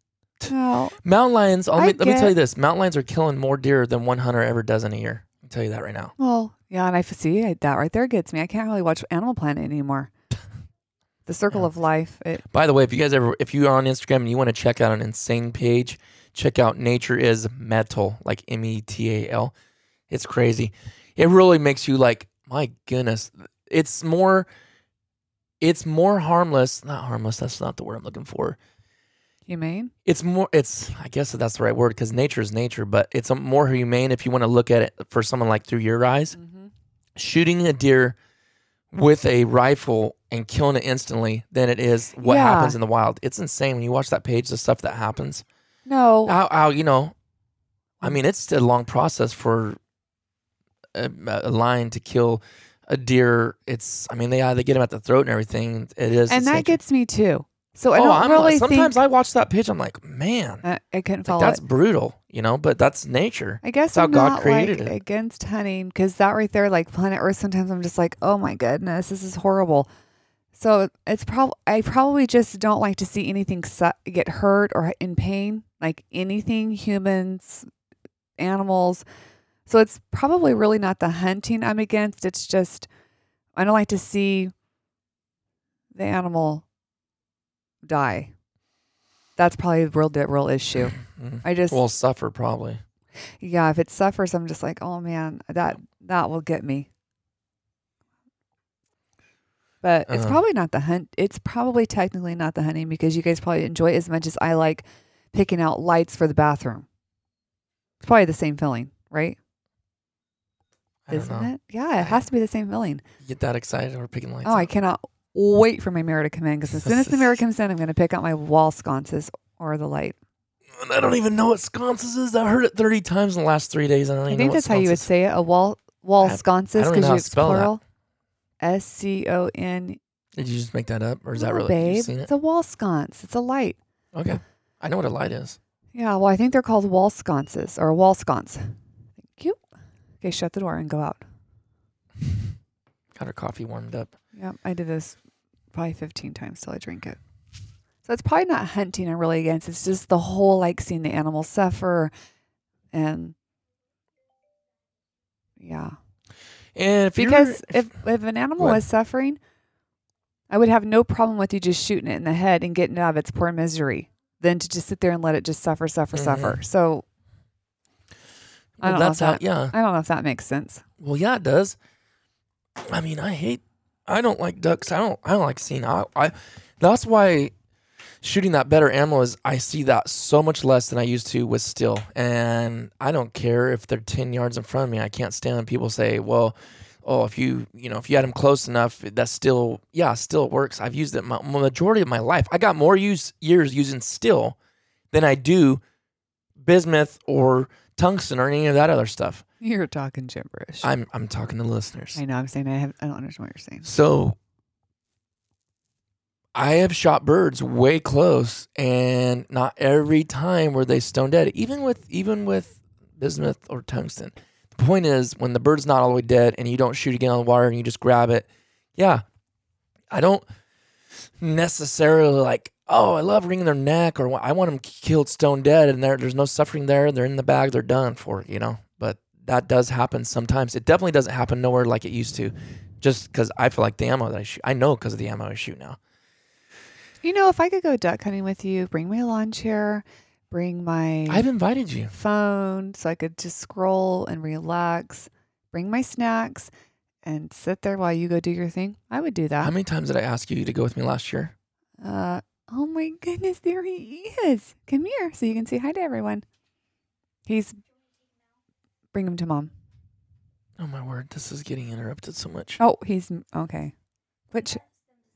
No, mountain lions, I'll I let me tell get- you this mountain lions are killing more deer than one hunter ever does in a year. I'll tell you that right now. Well, yeah, and I f- see I, that right there gets me. I can't really watch Animal Planet anymore. The circle of life. It, By the way, if you guys ever, if you are on Instagram and you want to check out an insane page, check out Nature is Metal, like M E T A L. It's crazy. It really makes you like, my goodness, it's more, it's more harmless. Not harmless. That's not the word I'm looking for. humane. It's more. It's. I guess that's the right word because nature is nature, but it's a more humane if you want to look at it for someone like through your eyes Mm-hmm. shooting a deer with a rifle and killing it instantly than it is what Yeah. happens in the wild. It's insane when you watch that page, the stuff that happens. No, How, how you know? I mean, it's a long process for a, a lion to kill a deer. It's. I mean, they they get them at the throat and everything. It is. and it's that nature. gets me too. So I oh, don't I'm, really sometimes think I watch that page. I'm like, man, I, I couldn't like, follow that's it. brutal. You know, but that's nature. I guess that's how I'm God not created like it. against hunting because that right there, like Planet Earth. Sometimes I'm just like, oh my goodness, this is horrible. So it's probably I probably just don't like to see anything su- get hurt or in pain, like anything humans, animals. So it's probably really not the hunting I'm against. It's just I don't like to see the animal die. That's probably the real the real issue. Mm. I just Well, suffer probably. yeah, if it suffers, I'm just like, oh man, that that will get me. But it's Uh-huh. probably not the hunt. It's probably technically not the hunting because you guys probably enjoy it as much as I like picking out lights for the bathroom. It's probably the same feeling, right? I don't Isn't know. it? Yeah, it has to be the same feeling. You get that excited over picking lights. Oh, I up. cannot wait for my mirror to come in because as soon as the mirror comes in, I'm going to pick out my wall sconces or the light. And I don't even know what sconces is. I heard it 30 times in the last three days. and I don't I even think know what that's how you would sconces- say it. A wall wall I- I sconces don't because know how you to it's spell that. plural. S C O N. Did you just make that up? Or is that No, really? babe? You've seen it? It's a wall sconce. It's a light. Okay. I know what a light is. Yeah. Well, I think they're called wall sconces or wall sconce. Thank you. Okay, shut the door and go out. Got her coffee warmed up. Yeah, I did this probably 15 times till I drink it. So it's probably not hunting I'm really against. It's just the whole like seeing the animal suffer and yeah. And if you're- because if, if an animal What? was suffering, I would have no problem with you just shooting it in the head and getting it out of its poor misery than to just sit there and let it just suffer, suffer, Mhm. suffer. So I well, don't know that's if how, that- yeah. I don't know if that makes sense. Well, yeah, it does. I mean, I hate. I don't like ducks. I don't. I don't like seeing. I. I that's why shooting that better ammo is. I see that so much less than I used to with steel, and I don't care if they're ten yards in front of me. I can't stand when people say, "Well, oh, if you you know if you had them close enough, that still yeah still works." I've used it my majority of my life. I got more use years using steel than I do bismuth or tungsten or any of that other stuff. You're talking gibberish. i I'm I'm talking to listeners. know. I'm saying I have. I don't understand what you're saying. So I have shot birds way close, and not every time were they stone dead. Even with even with bismuth or tungsten. The point is, when the bird's not all the way dead, and you don't shoot again on the wire, and you just grab it. Yeah, I don't necessarily like. Oh, I love wringing their neck, or I want them killed stone dead, and there, there's no suffering there. They're in the bag. They're done for, you know. But that does happen sometimes. It definitely doesn't happen nowhere like it used to just because I feel like the ammo that I shoot. I know because of the ammo I shoot now. You know, if I could go duck hunting with you, bring my lawn chair, bring my I've invited you. phone, so I could just scroll and relax. Bring my snacks and sit there while you go do your thing. I would do How that. many times did I ask you to go with me last year? Uh, oh my goodness, there he is. Come here so you can say hi to everyone. He's bring him to mom. Oh my word, this is getting interrupted so much. Oh, he's okay. But sh-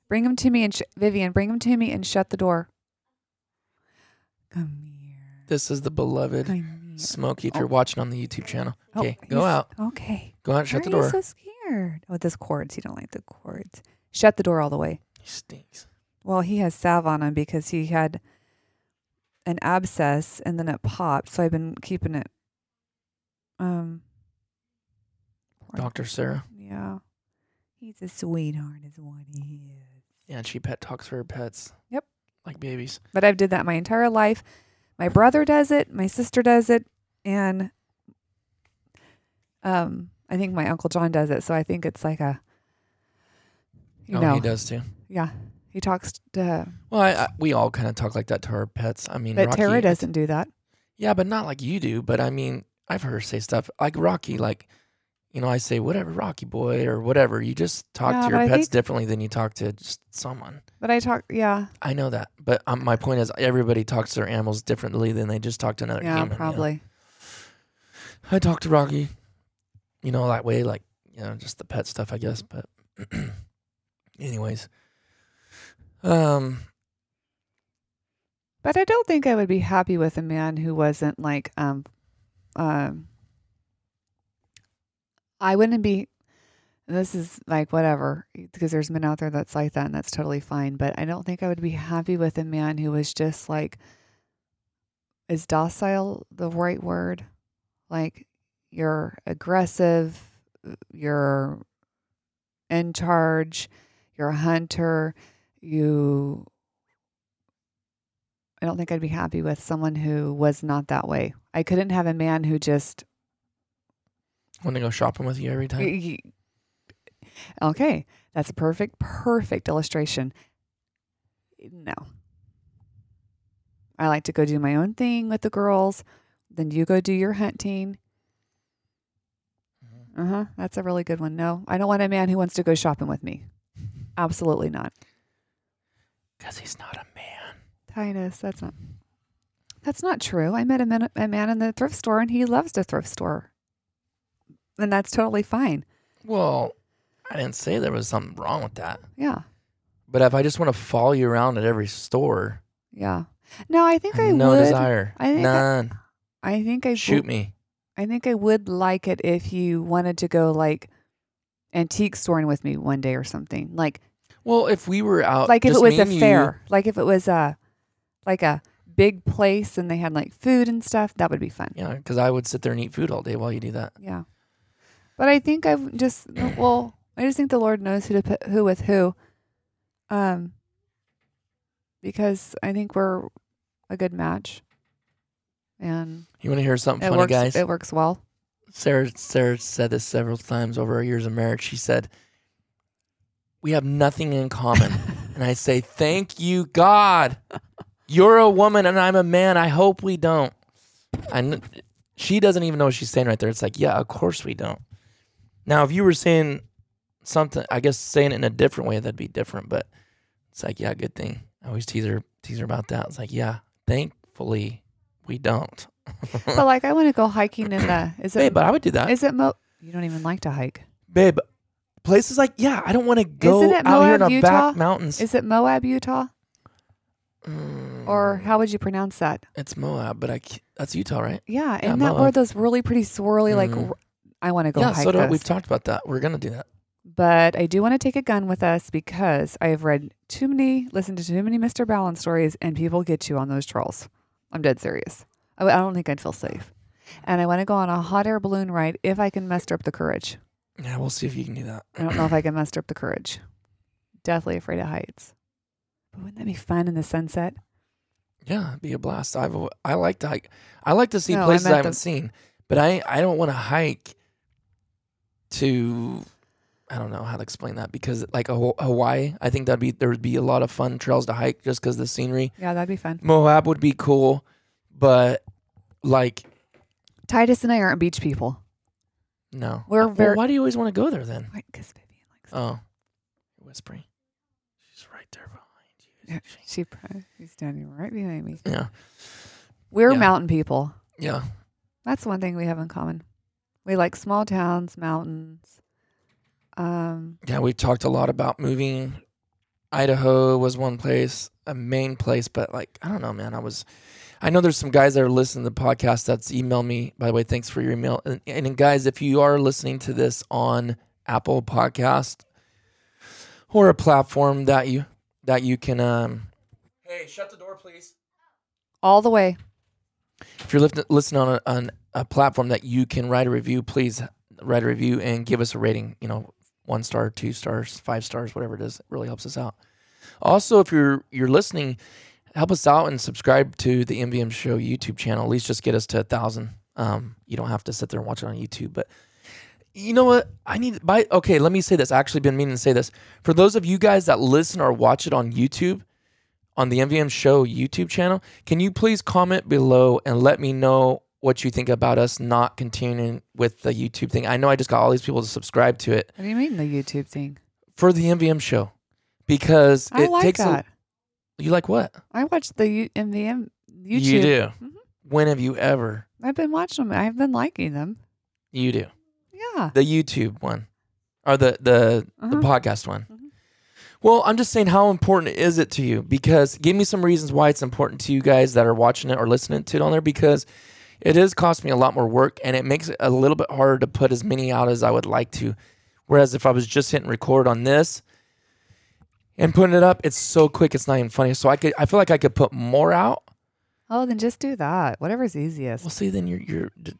bring him to me and sh- Vivian, bring him to me and shut the door. Come here. This is the beloved Come here. Smokey. If you're watching on the YouTube channel, Oh, okay, go he's- out, Okay. go out, and shut Why the are door. you so scared? Oh, this cords. You don't like the cords. Shut the door all the way. he stinks. Well, he has salve on him because he had an abscess and then it popped. So I've been keeping it. Um. poor- Doctor Sarah. Yeah. He's a sweetheart, is what he is. Yeah, and she pet talks for her pets. Yep. like babies. But I've did that my entire life. My brother does it. My sister does it, and um, I think my uncle John does it. So I think it's like a, you oh, know, he does too. yeah, he talks to. Well, I, I, we all kind of talk like that to our pets. I mean, But Rocky, Tara doesn't do that. Yeah, but not like you do. But I mean, I've heard her say stuff like Rocky, like, you know, I say whatever, Rocky boy, or whatever. You just talk Yeah, to your but I pets think- differently than you talk to just someone. But I talk, yeah, I know that. But um, my point is, everybody talks to their animals differently than they just talk to another yeah, human. you know? probably. I talk to Rocky, you know, that way, like, you know, just the pet stuff, I guess. But, Mm-hmm. anyways, um, But I don't think I would be happy with a man who wasn't like, um, um, I wouldn't be. This is like whatever, because there's men out there that's like that, and that's totally fine. But I don't think I would be happy with a man who was just like, is docile the right word? Like, you're aggressive, you're in charge, you're a hunter, you I don't think I'd be happy with someone who was not that way. I couldn't have a man who just Want to go shopping with you every time? Y- y- Okay, that's a perfect, perfect illustration. No. I like to go do my own thing with the girls. Then you go do your hunting. Uh huh. That's a really good one. No, I don't want a man who wants to go shopping with me. Absolutely not. Because he's not a man. Titus, that's not. That's not true. I met a man, a man in the thrift store, and he loves the thrift store, and that's totally fine. Well, I didn't say there was something wrong with that. Yeah. But if I just want to follow you around at every store, Yeah. No, I think I no would. desire. I think I- None. I think I Shoot w- me. I think I would like it if you wanted to go like antique storing with me one day or something. Like Well, if we were out, like if it Oh, just was me a and you- fair, like if it was a like a big place and they had like food and stuff, that would be fun. yeah, because I would sit there and eat food all day while you do that. Yeah. But I think I've just well, I just think the Lord knows who to put who with who. Um because I think we're a good match. And You want to hear something it funny, works guys? it works well. Sarah Sarah said this several times over our years of marriage. She said, "We have nothing in common," and I say, "Thank you, God. You're a woman and I'm a man. I hope we don't." And she doesn't even know what she's saying right there. It's like, yeah, of course we don't. Now, if you were saying something, I guess saying it in a different way, that'd be different. But it's like, yeah, good thing. I always tease her tease her about that. It's like, yeah, thankfully we don't. but like I want to go hiking in the is it Babe, but I would do that. Is it Mo? You don't even like to hike. babe. Places like yeah, I don't want to go Isn't it out here in Moab, our Utah? back mountains. Is it Moab, Utah, Mm. or how would you pronounce that? it's Moab, but I ca- that's Utah, right? Yeah, Yeah, and that where Moab. those really pretty swirly like. Mhm. r- I want to go yeah, hike so do I- those. we've talked about that. We're gonna do that. but I do want to take a gun with us because I have read too many, listened to too many Mr. Ballon stories, and people get you on those trails. I'm dead serious. I, I don't think I'd feel safe, and I want to go on a hot air balloon ride if I can muster up the courage. Yeah, we'll see if you can do that. I don't know if I can muster up the courage. Deathly afraid of heights. But wouldn't that be fun in the sunset? Yeah, it'd be a blast. I've al- I like to hike. I like to see No, I places I, meant haven't the- seen, but I I don't want to hike to I don't know how to explain that because like a, Ho- Hawaii, I think that'd be there would be a lot of fun trails to hike just because the scenery. Yeah, that'd be fun. Moab would be cool, but like Titus and I aren't beach people. no, We're Well, ver- why do you always want to go there then? Because Vivian likes Oh, you're whispering. She's right there behind you. Yeah, isn't she? She, pro- she's standing right behind me. Yeah, We're Yeah. mountain people. yeah. That's one thing we have in common. We like small towns, mountains. Um, Yeah, we've talked a lot about moving. Idaho was one place, a main place, but like, I don't know, man. I was, I know there's some guys that are listening to the podcast that's emailed me. By the way, thanks for your email. And, and then guys, if you are listening to this on Apple Podcast or a platform that you, that you can, um, hey, shut the door, please. all the way. if you're lift- listening on a, on a platform that you can write a review, please write a review and give us a rating. You know, one star, two stars, five stars, whatever it is. It really helps us out. Also, if you're you're listening, help us out and subscribe to the MVM Show YouTube channel. At least just get us to a thousand. Um, you don't have to sit there and watch it on YouTube, but you know what? I need by okay. Let me say this. I actually been meaning to say this for those of you guys that listen or watch it on YouTube on the MVM Show YouTube channel. Can you please comment below and let me know what you think about us not continuing with the YouTube thing? I know I just got all these people to subscribe to it What do you mean the YouTube thing? for the MVM Show because I it like takes. that. A, you like what? I watched the U- MVM YouTube. You do. Mhm. When have you ever? I've been watching them. I've been liking them. You do. Yeah. the YouTube one or the the, the Uh-huh. podcast one. Mhm. Well, I'm just saying how important is it to you? Because give me some reasons why it's important to you guys that are watching it or listening to it on there because it is cost me a lot more work and it makes it a little bit harder to put as many out as I would like to. Whereas if I was just hitting record on this and putting it up, it's so quick, it's not even funny. So I could I feel like I could put more out Oh, then just do that. Whatever's easiest. well, see, then you're you're d-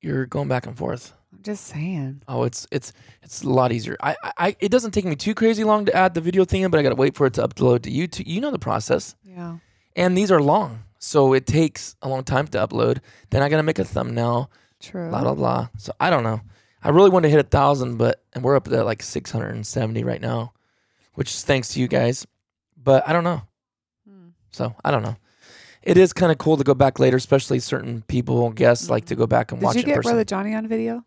you're going back and forth. I'm just saying. Oh, it's it's it's a lot easier. I, I- I it doesn't take me too crazy long to add the video thing in, but I gotta wait for it to upload to YouTube. You know the process. Yeah. And these are long, so it takes a long time to upload. Then I gotta make a thumbnail, True. blah blah blah. So I don't know. I really want to hit a thousand, but and we're up at like six hundred and seventy right now, which is thanks to you guys. But I don't know. Hmm. So I don't know. It is kind of cool to go back later, especially certain people guests like to go back and Mm-hmm. Did watch you it. in get person. Brother Johnny on video?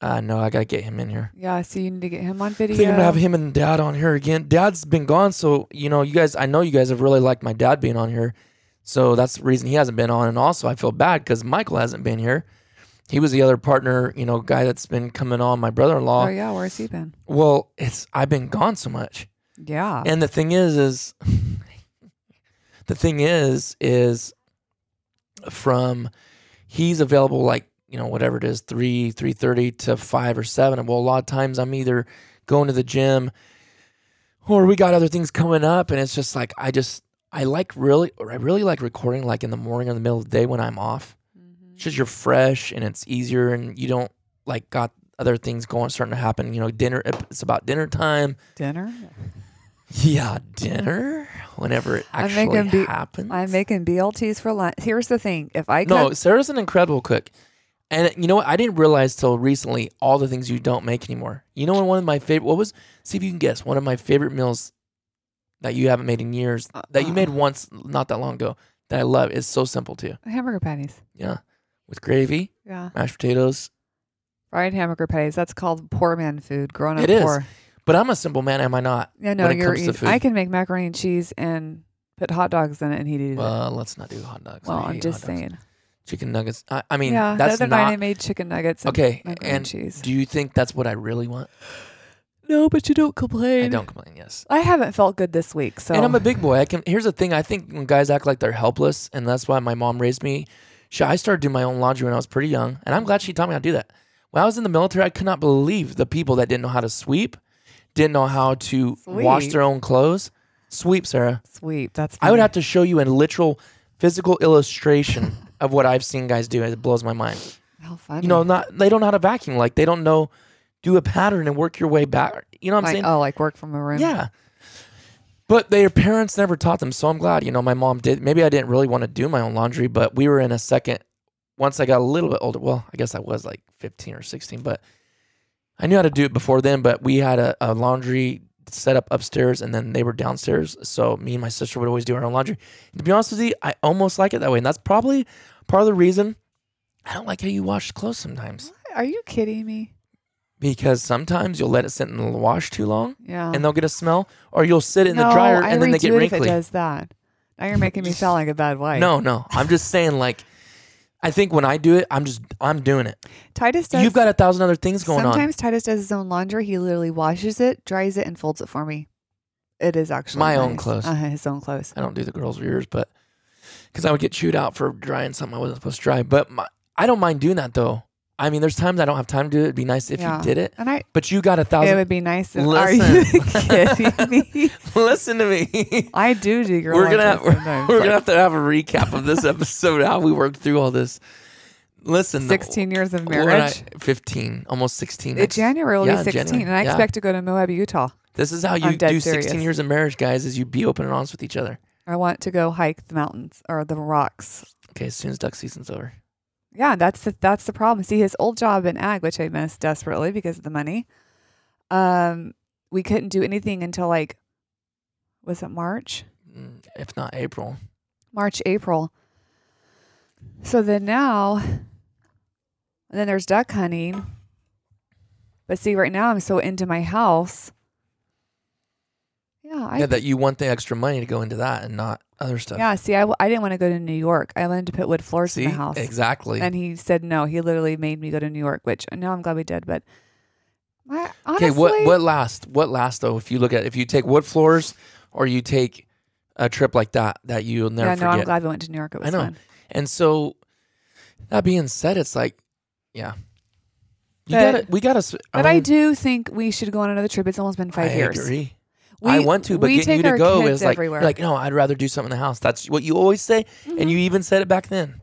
uh, no, I gotta get him in here. Yeah, so you need to get him on I video. think I'm gonna have him and Dad on here again. Dad's been gone, so you know, you guys. I know you guys have really liked my dad being on here, so that's the reason he hasn't been on. And also, I feel bad because Michael hasn't been here. He was the other partner, you know, guy that's been coming on. My brother-in-law. Oh yeah, where's he been? Well, it's I've been gone so much. Yeah. And the thing is, is the thing is, is from he's available like you know whatever it is three three thirty to five or seven. And well, a lot of times I'm either going to the gym or we got other things coming up, and it's just like I just I like really or I really like recording like in the morning or the middle of the day when I'm off. It's just you're fresh and it's easier, and you don't like got other things going starting to happen. You know, dinner it's about dinner time. Dinner. Yeah, dinner whenever it I'm actually making B- happens. I'm making BLTs for lunch. Here's the thing: if I no. cook, Sarah's an incredible cook, and you know what? I didn't realize till recently all the things you don't make anymore. You know, what one of my favorite. What was? See if you can guess. One of my favorite meals that you haven't made in years that you Uh-uh. made once not that long ago that I love is so simple too. hamburger patties. Yeah, with gravy, Yeah, mashed potatoes. fried hamburger patties. That's called poor man food. Growing up It is. poor. But I'm a simple man, am I not? Yeah, no, when it you're. comes to easy. food, I can make macaroni and cheese and put hot dogs in it, and he'd eat it. Well, Well, let's not do hot dogs. I I'm hate hot just dogs. saying. Chicken nuggets. I, I mean, yeah, that's the other night I not made chicken nuggets. And okay. macaroni And and cheese. do you think that's what I really want? no, but you don't complain. I don't complain. Yes. I haven't felt good this week, so And I'm a big boy. I can. Here's the thing. I think when guys act like they're helpless, and that's why my mom raised me. She, I started doing my own laundry when I was pretty young, and I'm glad she taught me how to do that. When I was in the military, I could not believe the people that didn't know how to sweep, didn't know how to wash Sweep? their own clothes. Sweep, Sarah. sweep. That's. I would funny. have to show you a literal physical illustration of what I've seen guys do. It blows my mind. How funny. you know, not they don't know how to vacuum. Like they don't know do a pattern and work your way back. You know what I'm like, saying? oh, like work from a room. yeah. But their parents never taught them, so I'm glad. You know, my mom did. Maybe I didn't really want to do my own laundry, but we were in a second. Once I got a little bit older, well, I guess I was like 15 or 16, but I knew how to do it before then. But we had a, a laundry set up upstairs, and then they were downstairs. So me and my sister would always do our own laundry. And to be honest with you, I almost like it that way, and that's probably part of the reason I don't like how you wash clothes sometimes Are you kidding me? because sometimes you'll let it sit in the wash too long Yeah. and they'll get a smell, or you'll sit it in no, the dryer I and then they get redo it if it wrinkly. does that. Now you're making me sound like a bad wife. No, no, I'm just saying like. I think when I do it, I'm just I'm doing it. Titus does. You've got a thousand other things going sometimes Titus does his own laundry. He literally washes it, dries it, and folds it for me. It is actually My own nice. clothes. Uh, his own clothes. on. I don't do the girls' ears, but because I would get chewed out for drying something I wasn't supposed to dry. But my, I don't mind doing that though. I mean, there's times I don't have time to do it. It'd be nice if Yeah. you did it, And I, but you got a it thousand. would be nice. If, are you Listen. kidding me? Listen to me. I do do your we're gonna have, laundry we're, sometimes. gonna have to have a recap of this episode how we worked through all this. Listen, Like, Sixteen years of when I- marriage. fifteen, almost sixteen. In next- January will yeah, be in 16, January, and I yeah. expect to go to Moab, Utah. This is how you I'm dead do 16 serious. years of marriage, guys, is you be open and honest with each other. I want to go hike the mountains or the rocks Okay, as soon as duck season's over. Yeah, that's the, that's the problem. See, his old job in ag, which I missed desperately because of the money, um, we couldn't do anything until like, was it March, Mm, If not April. March, April. So then now, and then there's duck hunting. But see, right now I'm so into my house. Yeah, I yeah, that you want the extra money to go into that and not other stuff. yeah. See, I, w- I didn't want to go to New York. I wanted to put wood floors See? in the house. Exactly. And he said no. He literally made me go to New York, which now I'm glad we did. But I, honestly, okay, what what last? What last though? If you look at if you take wood floors or you take a trip like that that you'll never yeah, no, forget. I'm glad we went to New York. It was I know. fun. And so that being said, it's like yeah. You But- got to we got to But I do think we should go on another trip. It's almost been five I years. Agree. We- I want to, but we getting you take to our go kids is like, everywhere. you're like, no, I'd rather do something in the house. That's what you always say, and you even said it back then.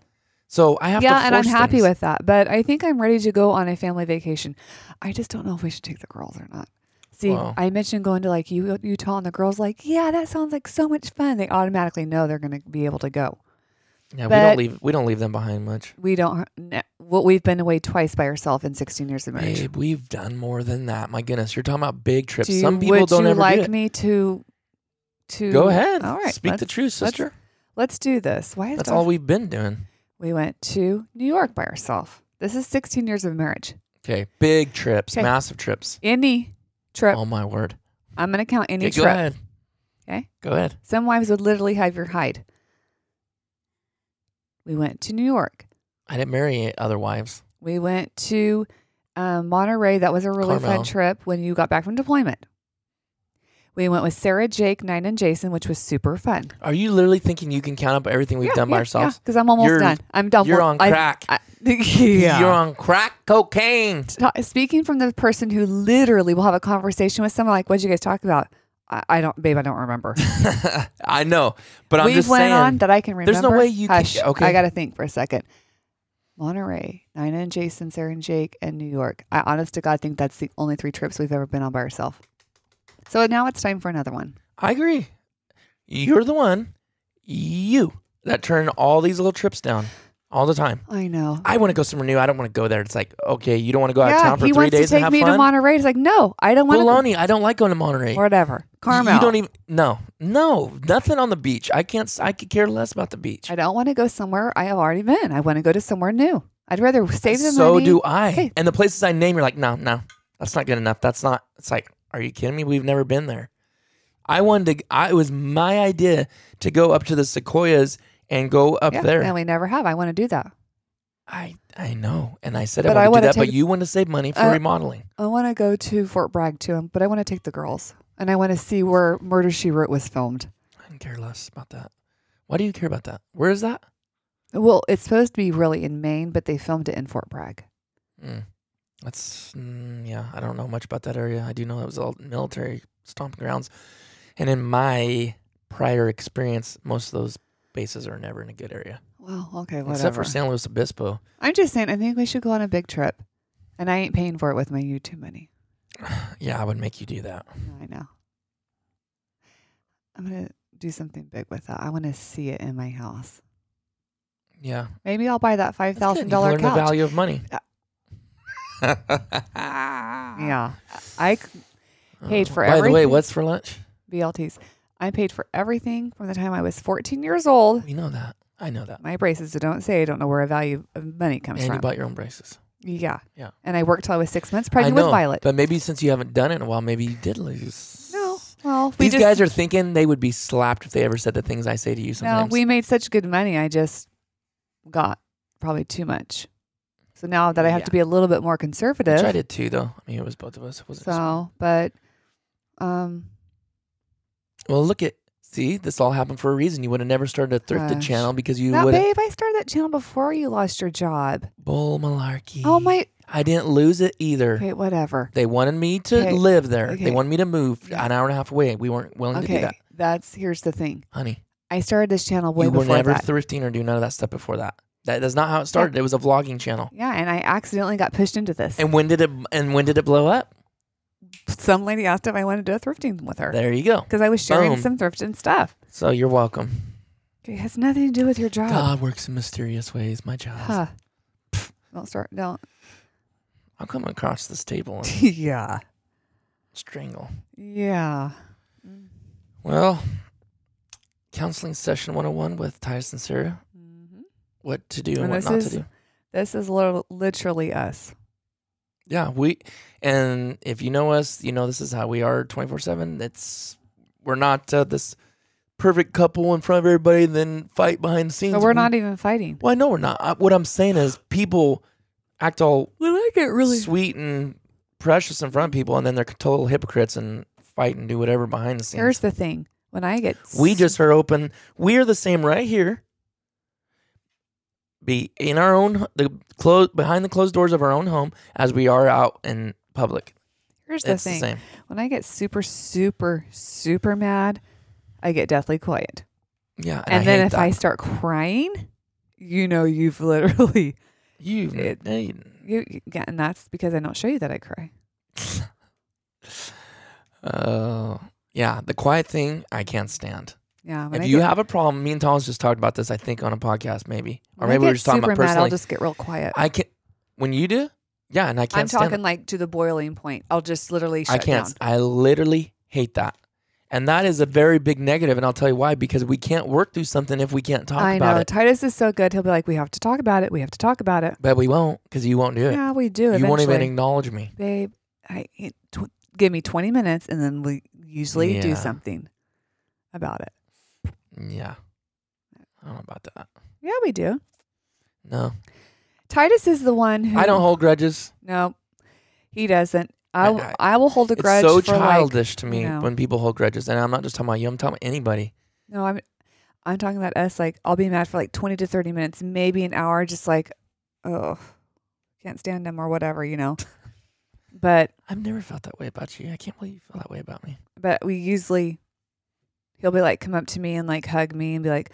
So I have to. Mm-hmm. yeah, and I'm force happy things. with that. But I think I'm ready to go on a family vacation. I just don't know if we should take the girls or not. See, Wow. I mentioned going to like U- Utah, and the girls like, yeah, that sounds like so much fun. They automatically know they're going to be able to go. Yeah, we don't but- leave. We don't leave them behind much. We don't. n- Well, we've been away twice by ourselves in 16 years of marriage. Babe, we've done more than that. My goodness, you're talking about big trips. Do you- Some people would don't you ever like do it. me to? To Go ahead. All right. Speak the let's- truth, let's- sister. Let's do this. Why is That's that- all we've been doing. We went to New York by ourselves. This is 16 years of marriage. Okay, big trips, 'Kay. massive trips. Any trip, Oh my word. I'm going to count any Okay, go trip. ahead. Okay. Go ahead. Some wives would literally have your hide. We went to New York. I didn't marry other wives. We went to um, Monterey. That was a really Carmel. fun trip when you got back from deployment. We went with Sarah, Jake, Nine, and Jason, which was super fun. Are you literally thinking you can count up everything we've done by ourselves? Because I'm almost You're- done. I'm done. you're We're- on I- crack. I- yeah. You're on crack cocaine. ta- speaking from the person who literally will have a conversation with someone like, "What'd you guys talk about?" I, I don't, babe. I don't remember. I know, but I'm we just went saying. on that I can remember. there's no way you can- Hush, okay. I got to think for a second. Monterey, Nina and Jason, Sarah and Jake, and New York. I honest to God think that's the only three trips we've ever been on by ourselves. So now it's time for another one. I agree. You're the one, you that turn all these little trips down all the time. I know. I want to go somewhere new. I don't want to go there. It's like, okay, you don't want to go out of yeah, town for he three wants days to and take have me to fun. Monterey. He's like, no, I don't want to. Bologna. I don't like going to Monterey. Whatever. You- Carmel. You don't even no, no, nothing on the beach. I can't. s- I could care less about the beach. I don't want to go somewhere I have already been. I want to go to somewhere new. I'd rather save the so money. do I. Hey. And the places I name, you're like, no, no, that's not good enough. That's not. It's like, are you kidding me? We've never been there. I wanted to. I it was my idea to go up to the sequoias and go up yeah, there. And we never have. I want to do that. I I know, and I said But I I want to do wanna that, but take- you want to save money for Uh, remodeling. I want to go to Fort Bragg too, um, but I want to take the girls and I want to see where Murder She Wrote was filmed. I can care less about that. Why do you care about that? Where is that? Well, it's supposed to be really in Maine, but they filmed it in Fort Bragg. Mm. That's mm, yeah. I don't know much about that area. I do know it was all military stomping grounds, and in my prior experience, most of those bases are never in a good area, Well, okay, whatever. except for San Luis Obispo. I'm just saying, I think we should go on a big trip, and I ain't paying for it with my YouTube money. Yeah, I would make you do that. I know. I'm gonna do something big with that. I want to see it in my house. Yeah, Maybe I'll buy that That's five good. thousand You've dollar learned the couch. value of money. Uh, yeah, Yeah, I c- Paid for By the way, everything. what's for lunch? BLTs. I paid for everything from the time I was 14 years old We know that. I know that. my braces so don't say I don't know where a value of money comes and from. you bought your own braces. yeah. Yeah. And I worked till I was six months I pregnant know, with Violet. But maybe since you haven't done it in a while, maybe you did lose. no. Well, we These just, guys are thinking they would be slapped if they ever said the things I say to you no, sometimes. we made such good money. I just got probably too much. So now that I have Yeah. to be a little bit more conservative. Which I did too, though. I mean, it was both of us. It wasn't just me. so, but um, well, look at see, this all happened for a reason. You would have never started a thrifted Gosh. channel because you now, would have babe, I started that channel before you lost your job. bull malarkey. Oh my. I didn't lose it either. Okay, whatever. They wanted me to Okay. live there. They Okay. wanted me to move Yeah. an hour and a half away. We weren't willing to do Okay, that, that's here's the thing. honey. I started this channel way you were before never that. thrifting or doing none of that stuff before that. That that's not how it started. It was a vlogging channel. yeah, and I accidentally got pushed into this. And when did it? And when did it blow up? some lady asked if I wanted to do a thrifting with her There you go. because I was sharing Boom. some thrifting stuff. So you're welcome. It has nothing to do with your job. God works in mysterious ways, my child. Huh. Don't start. Don't. I'll come across this table and yeah. strangle. Yeah. Well, counseling session 101 with Titus and Sarah. What to do and, And what this not is- to do. Mm-hmm. This is lit- literally us. Yeah, we and if you know us, you know this is how we are 24/7. It's we're not uh, this perfect couple in front of everybody and then fight behind the scenes. But we're We- not e-, even fighting. Well, I know we're not. I, what I'm saying is people act all Well, I get sweet and precious in front of people and then they're total hypocrites and fight and do whatever behind the scenes. Here's the thing. When I get. We s- just are open. We are the same right here. Be in our own the close behind the closed doors of our own home as we are out in public. Here's the It's the thing. same. When I get super, super, super mad, I get deathly quiet. Yeah, And, then hate if I that. start crying, you know you've literally You, It- eh, you- you you- yeah, and that's because I don't show you that I cry. uh, yeah, the quiet thing I can't stand. Yeah. if I you get- have a problem, me and Thomas just talked about this. I think on a podcast maybe, or when I maybe we were get just talking super about mad, I'll personally. just get real quiet. I can when you do, yeah, and I can't. I'm stand it. talking like to the boiling point. I'll just literally shut I can't. down. I literally hate that. And that is a very big negative, and I'll tell you why. Because we can't work through something if we can't talk I about know. it. Titus is so good. He'll be like, "We have to talk about it. We have to talk about it." But we won't, because you won't do it. Yeah, we do. you eventually. won't even acknowledge me. babe. I it- tw- give me 20 minutes, and then we usually Yeah. do something about it. Yeah. I don't know about that. Yeah, we do. No, Titus is the one who I don't hold grudges. No, he doesn't. I, w- I- I will hold a grudge. it's so for like- childish to me you know. when people hold grudges, and I'm not just talking about you. I'm talking about anybody. no, I'm I'm talking about us. Like I'll be mad for like 20 to 30 minutes, maybe an hour. Just like, oh, can't stand him or whatever, you know. but I've never felt that way about you. I can't believe you feel that way about me. but we usually he'll be like come up to me and like hug me and be like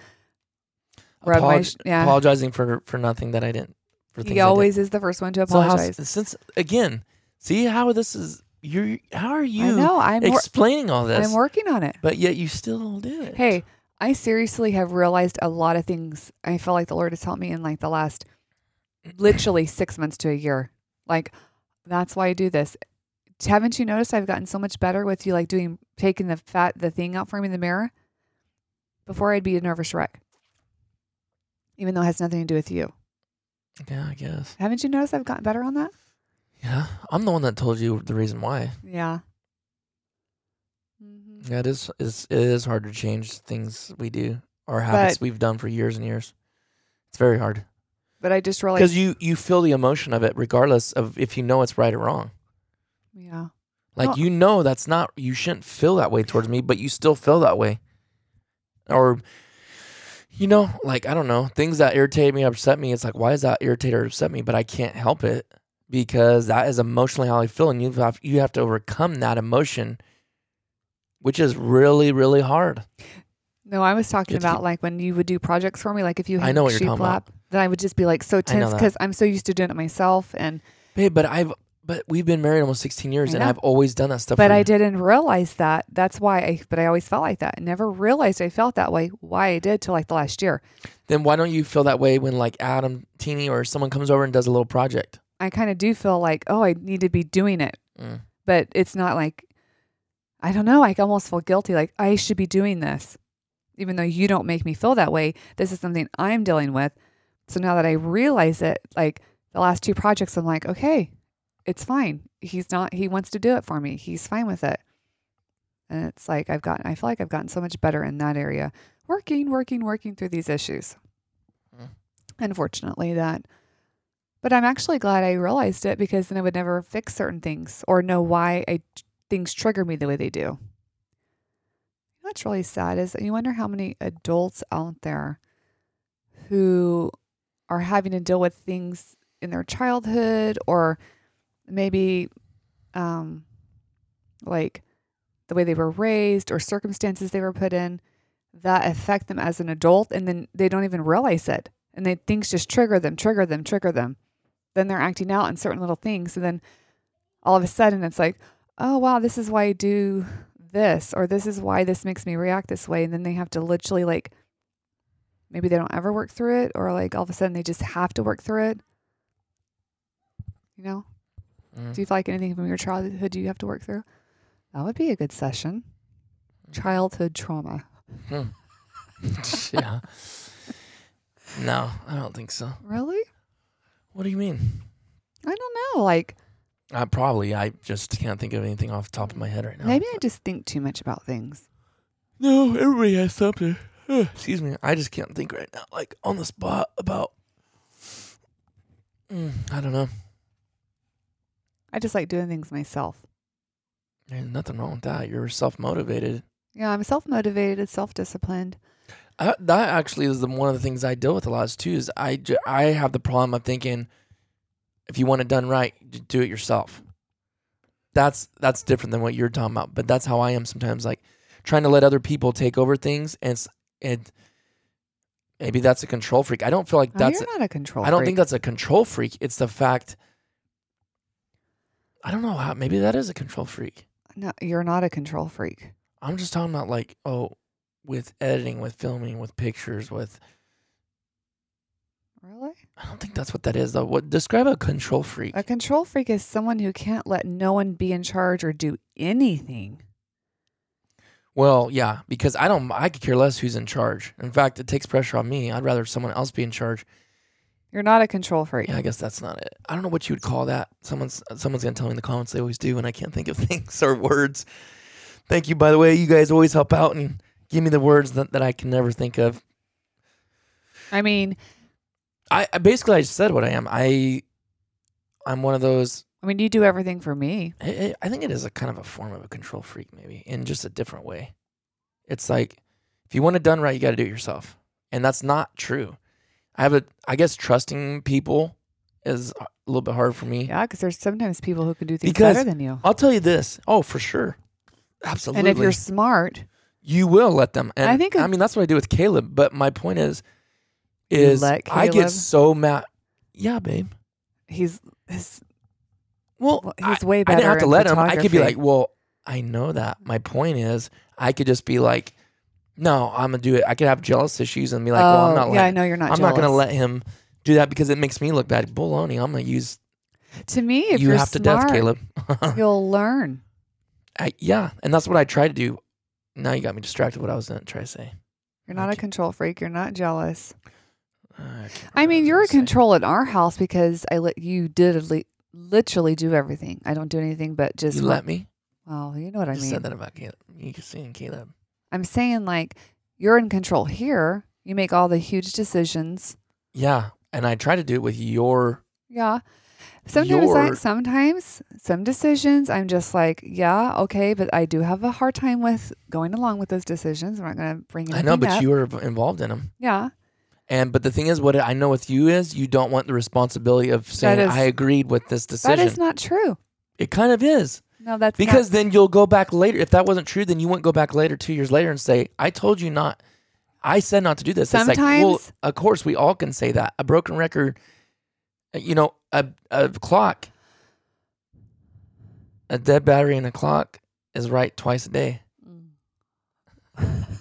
rub my Apolog- sh- yeah. Apologizing for for nothing that I didn't. For things he I didn't. always is the first one to So how, apologize. since again, see how this is you. How are you I know. I'm wor- explaining all this? I'm working on it. but yet you still do it. Hey, I seriously have realized a lot of things. I feel like the Lord has helped me in like the last literally six months to a year. Like, that's why I do this. Haven't you noticed I've gotten so much better with you like doing taking the fat the thing out for me in the mirror? Before I'd be a nervous wreck. Even though it has nothing to do with you. yeah, I guess. Haven't you noticed I've gotten better on that? Yeah, I'm the one that told you the reason why. Yeah. hmm Yeah, it is. It's, it is hard to change things we do or habits But- we've done for years and years. It's very hard But I just realized because you you feel the emotion of it, regardless of if you know it's right or wrong. Yeah. Like Well- you know that's not you shouldn't feel that way towards me, but you still feel that way. Or you know, like I don't know, things that irritate me, upset me, it's like why is that irritate or upset me, but I can't help it because that is emotionally how I feel and you have you have to overcome that emotion which is really really hard. No, I was talking Good to about keep- like when you would do projects for me, like if you I had know what you're sheep talking about. lap, then I would just be like so I know tense that. because I'm so used to doing it myself. And Babe, but I've but we've been married almost 16 years I and know. I've always done that stuff. but for I you. didn't realize that. That's why I. But I always felt like that. I never realized I felt that way. Why I did till like the last year. Then why don't you feel that way when like Adam Teeny or someone comes over and does a little project? I kind of do feel like oh I need to be doing it, Mm. but it's not like I don't know. I almost feel guilty. Like I should be doing this, even though you don't make me feel that way. This is something I'm dealing with. So now that I realize it, like the last two projects, I'm like, okay, it's fine. He's not. He wants to do it for me. He's fine with it. And it's like I've gotten. I feel like I've gotten so much better in that area. Working, working, working through these issues. Mm. Unfortunately, that. But I'm actually glad I realized it because then I would never fix certain things or know why I things trigger me the way they do. What's really sad is that you wonder how many adults out there who are having to deal with things in their childhood or maybe um, like the way they were raised or circumstances they were put in that affect them as an adult and then they don't even realize it and they things just trigger them trigger them trigger them then they're acting out in certain little things and then all of a sudden it's like oh wow this is why i do this or this is why this makes me react this way and then they have to literally like maybe they don't ever work through it or like all of a sudden they just have to work through it you know Mm. do you feel like anything from your childhood you have to work through that would be a good session childhood trauma yeah. No, I don't think so. really What do you mean? i don't know like I probably I just can't think of anything off the top of my head right now. maybe i just think too much about things No, everybody has something. Excuse me. I just can't think right now, like on the spot about. Mm, I don't know. i just like doing things myself There's nothing wrong with that. You're self motivated. Yeah, I'm self motivated, self disciplined. I, that actually is the, one of the things I deal with a lot is too. Is I ju- I have the problem of thinking, if you want it done right, j- do it yourself. That's that's different than what you're talking about, but that's how I am sometimes. Like trying to let other people take over things, and it's- and Maybe that's a control freak. I don't feel like Oh, that's. you're not a control. I don't freak. think that's a control freak. It's the fact. I don't know how. Maybe that is a control freak. No, you're not a control freak. I'm just talking about like oh, with editing, with filming, with pictures, with. Really? I don't think that's what that is though. What describe a control freak? A control freak is someone who can't let no one be in charge or do anything. Well, yeah, because I don't. I could care less who's in charge. In fact, it takes pressure on me. I'd rather someone else be in charge. You're not a control freak. Yeah, I guess that's not it. I don't know what you would call that. Someone's someone's gonna tell me in the comments. They always do, and I can't think of things or words. Thank you, by the way. You guys always help out and give me the words that, that I can never think of. I mean, I, I basically I just said what I am. I I'm one of those. I mean, you do everything for me. I, I I think it is a kind of a form of a control freak, maybe in just a different way. It's like if you want it done right, you got to do it yourself, and that's not true. I have a I guess trusting people is a little bit hard for me. Yeah, because there's sometimes people who can do things Because- better than you. I'll tell you this. Oh, for sure. Absolutely. And if you're smart, you will let them. And I I think think I it- mean that's what I do with Caleb. But my point is, is let I get Caleb? so mad. Yeah, babe. he's his, Well, Well, I- he's way I didn't have better to in let him. I could be like, photography. well, I know that. My point is, I could just be like, no, I'm gonna do it. I could have jealous issues and be like, well, I'm Oh, not. yeah, letting- I know you're not I'm not gonna jealous. let him do that because it makes me look bad. Bologna. I'm gonna use. to me, if you are have smart, to death, Caleb. you'll learn. I, yeah, and that's what I try to do. Now you got me distracted. What I was gonna try to say. You're not a Okay. control freak. You're not jealous. Uh, can't I mean, remember you're what I a was saying. control in our house because I let you did li- literally do everything. I don't do anything but just You let me. Well, you know what I I just mean. said that about Caleb. You just seen Caleb. I'm saying like you're in control here. You make all the huge decisions. Yeah, and I try to do it with your. Yeah. Sometimes I You're- sometimes some decisions I'm just like, yeah, okay, but I do have a hard time with going along with those decisions. I'm not going to bring anything I know, but up. you were involved in them. Yeah. And but the thing is, what I know with you is you don't want the responsibility of saying is- I agreed with this decision. That is not true. it kind of is No, that's not- because then you'll go back later. If that wasn't true, then you wouldn't go back later, two years later, and say I told you not. I said not to do this. it's like, well, Sometimes- of course, we all can say that. A broken record, uh, you know, a a clock, a dead battery in a clock is right twice a day. Mm.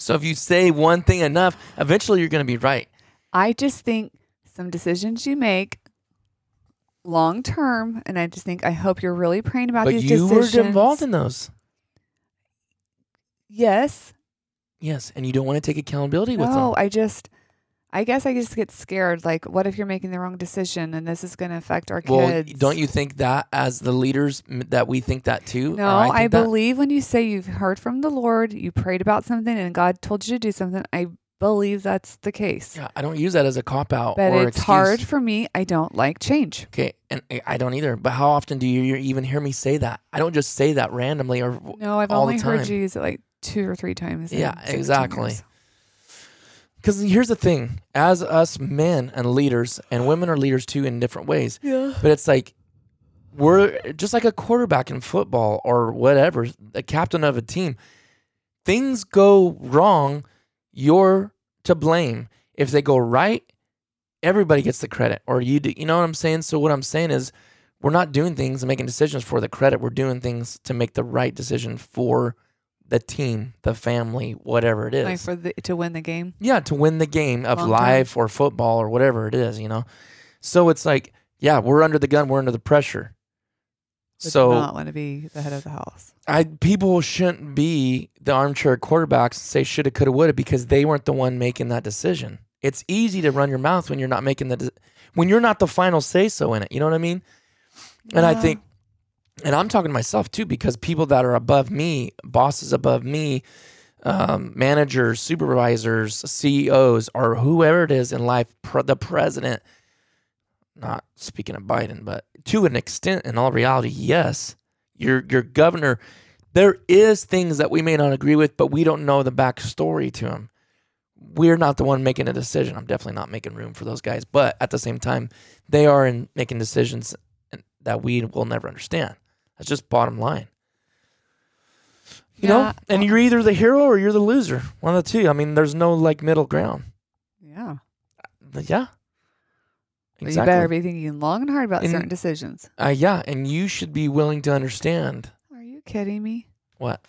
So if you say one thing enough, eventually you're going to be right. I just think some decisions you make long term and I just think I hope you're really praying about But these you decisions. were involved in those. Yes. Yes, and you don't want to take accountability with No, them. I just I guess I just get scared like what if you're making the wrong decision and this is going to affect our well, kids? don't you think that as the leaders m- that we think that too? No, Or I, think that? believe when you say you've heard from the Lord, you prayed about something, and God told you to do something. I believe that's the case. Yeah, I don't use that as a cop out. but or it's excuse. hard for me. I don't like change. Okay, and eh, I- I don't either. But how often do you even hear me say that? I don't just say that randomly or No, I've all only the time. heard you use it like two or three times. in Yeah, 17 exactly. years. Because here's the thing: as us men and leaders, and women are leaders too in different ways. Yeah. But it's like we're just like a quarterback in football or whatever, the captain of a team. Things go wrong, you're to blame. If they go right, everybody gets the credit, or you do. You know what I'm saying? So what I'm saying is, we're not doing things and making decisions for the credit. We're doing things to make the right decision for the team, the family, whatever it is. Like for the, to win the game. Yeah, to win the game of Long time. life or football or whatever it is, you know. So it's like, yeah, we're under the gun, we're under the pressure. But so do not want to be the head of the house. I people shouldn't be the armchair quarterbacks and say shoulda, coulda, woulda because they weren't the one making that decision. It's easy to run your mouth when you're not making the de- when you're not the final say so in it. You know what I mean? And I Yeah. think, and I'm talking to myself too because people that are above me, bosses above me, um, managers, supervisors, CEOs, or whoever it is in life, pre- the president. Not speaking of Biden, but to an extent, in all reality, yes, your your governor. There is things that we may not agree with, but we don't know the backstory to him. We're not the one making a decision. I'm definitely not making room for those guys, but at the same time, they are in making decisions and- that we will never understand. That's just bottom line. You know, Yeah. and you're either the hero or you're the loser. One of the two. I mean, there's no like middle ground. Yeah. Yeah. But You better be thinking long and hard about And- certain decisions. Uh, yeah, and you should be willing to understand Are you kidding me? what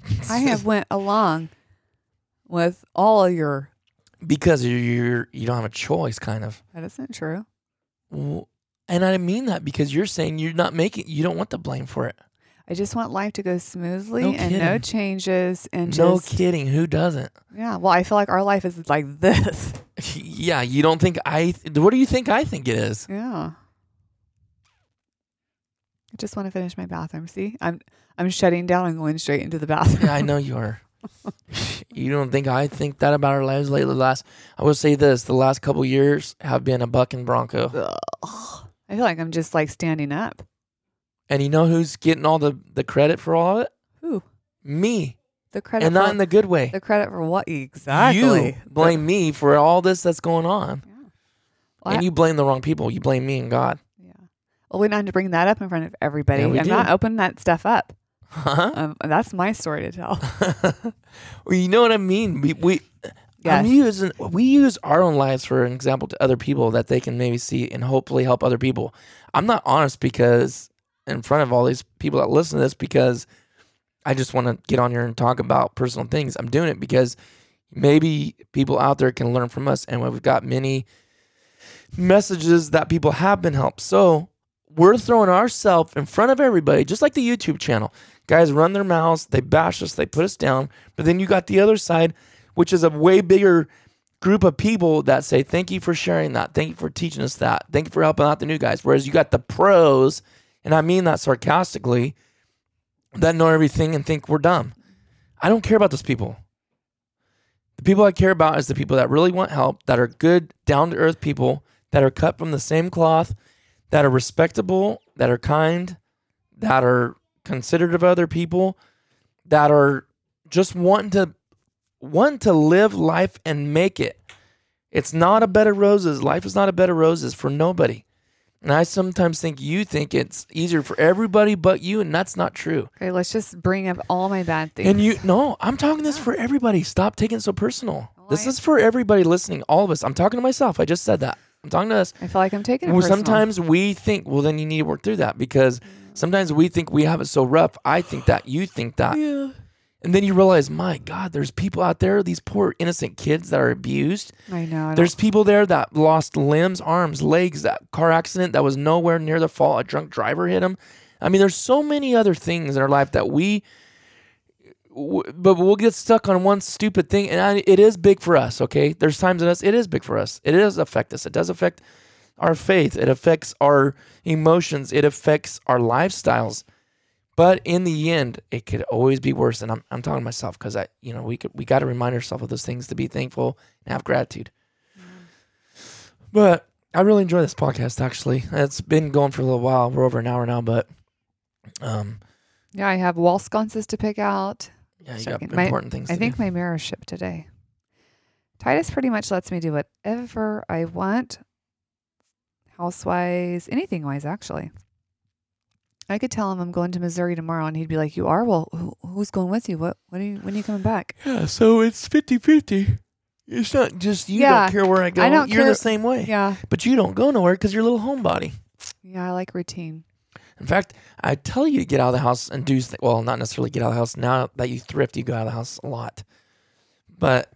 I have went along with all of your. because you're, you're you don't have a choice, kind of. That isn't true. W- And I mean that because you're saying you're not making you don't want the blame for it. I just want life to go smoothly No and no kidding. changes and no just kidding, who doesn't? yeah. Well, I feel like our life is like this. yeah, you don't think I? th- What do you think I think it is? Yeah. I just want to finish my bathroom. See, I'm I'm shutting down and going straight into the bathroom. Yeah, I know you are. you don't think I think that about our lives lately? Last, I will say this: the last couple years have been a buck and bronco. Ugh. I feel like I'm just like standing up. And you know who's getting all the the credit for all of it? Who Me, the credit? and not for, in the good way. the credit for what exactly? You blame me for all this that's going on, Yeah. Well, I- and you blame the wrong people. You blame me and God. Yeah. Well, we don't have to bring that up in front of everybody. Yeah, we I'm do. not opening that stuff up. Huh? Um, that's my story to tell. well, you know what I mean. We, we I'm Yes. using we use our own lives for an example to other people that they can maybe see and hopefully help other people. I'm not honest because in front of all these people that listen to this because I just want to get on here and talk about personal things. I'm doing it because maybe people out there can learn from us, and we've got many messages that people have been helped. So we're throwing ourselves in front of everybody, just like the YouTube channel. Guys run their mouths, they bash us, they put us down. But then you got the other side, which is a way bigger group of people that say, Thank you for sharing that. Thank you for teaching us that. Thank you for helping out the new guys. Whereas you got the pros, and I mean that sarcastically, that know everything and think we're dumb. I don't care about those people. The people I care about is the people that really want help, that are good, down to earth people, that are cut from the same cloth, that are respectable, that are kind, that are considerate of other people, that are just wanting to want to live life and make it. It's not a bed of roses. Life is not a bed of roses for nobody. And I sometimes think you think it's easier for everybody but you, and that's not true. okay, let's just bring up all my bad things. And you no, I'm talking this for everybody. Stop taking it so personal. this I- is for everybody listening, all of us. I'm talking to myself. I just said that. I'm talking to us. I feel like I'm taking it Well, personal. sometimes we think, well, then you need to work through that because sometimes we think we have it so rough. I think that you think that, and then you realize, my God, there's people out there, these poor innocent kids that are abused. I know. I don't- There's people there that lost limbs, arms, legs, that car accident that was nowhere near the fault. A drunk driver hit them. I mean, there's so many other things in our life that we, w- but we'll get stuck on one stupid thing. And I, it is big for us, okay? There's times in us, it is big for us. It does affect us. It does affect our faith. It affects our emotions. It affects our lifestyles. But in the end, it could always be worse. And I'm, I'm talking to myself because I, you know, we could, we got to remind ourselves of those things to be thankful and have gratitude. But I really enjoy this podcast. Actually, it's been going for a little while. We're over an hour now, but um, yeah, I have wall sconces to pick out. yeah, you got Checking. My- important things. I to think do. my mirror shipped today. Titus pretty much lets me do whatever I want, house wise, anything wise, actually. I could tell him I'm going to Missouri tomorrow, and he'd be like, "You are? Well, who, who's going with you? What? When are you? When are you coming back?" yeah. So it's 50-50. It's not just you Yeah, don't care where I go. don't You're care- the same way. Yeah, But you don't go nowhere because you're a little homebody. yeah, I like routine. In fact, I tell you to get out of the house and do th- well, not necessarily get out of the house. Now that you thrift, you go out of the house a lot. But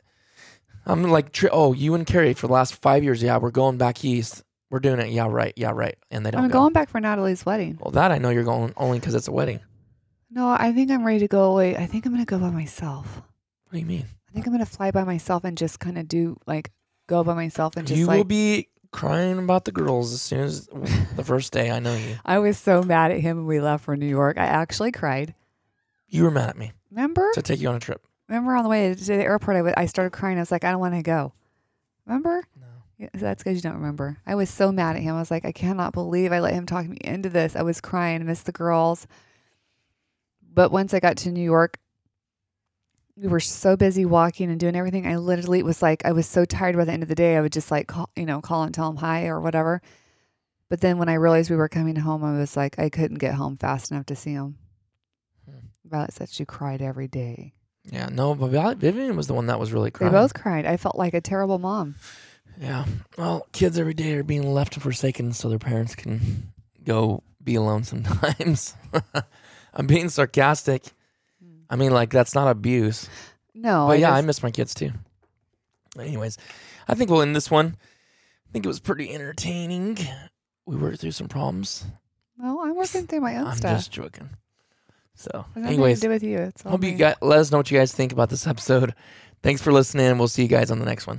I'm like, tri- oh, you and Carrie for the last five years, yeah, we're going back east. We're doing it, yeah, right, yeah, right. And they don't I'm go. going back for Natalie's wedding. Well, that I know you're going only because it's a wedding. No, I think I'm ready to go away. I think I'm gonna go by myself. What do you mean? I think I'm gonna fly by myself and just kind of do like go by myself and just you like. will be crying about the girls as soon as the first day. I know you. I was so mad at him when we left for New York. I actually cried. You were mad at me Remember? to take you on a trip. Remember on the way to the airport, I wa- I started crying. I was like, I don't want to go. Remember? No. Yeah, so that's because you don't remember. I was so mad at him. I was like, I cannot believe I let him talk me into this. I was crying, I missed the girls. But once I got to New York, we were so busy walking and doing everything. I literally was like, I was so tired by the end of the day. I would just like call, you know, call and tell him hi or whatever. But then when I realized we were coming home, I was like, I couldn't get home fast enough to see him. Violet said she cried every day. Yeah, no, but Vi- Vivian was the one that was really They crying. both cried. I felt like a terrible mom. Yeah. Well, kids every day are being left and forsaken so their parents can go be alone sometimes. I'm being sarcastic. Hmm. I mean, like, that's not abuse. No. but yeah, I just- miss my kids too. Anyways, I think we'll end this one. I think it was pretty entertaining. We worked through some problems. Well, I'm working through my own I'm stuff. just joking. So, It has nothing anyways, to do with you. It's all hope you me. guys let us know what you guys think about this episode. Thanks for listening. We'll see you guys on the next one.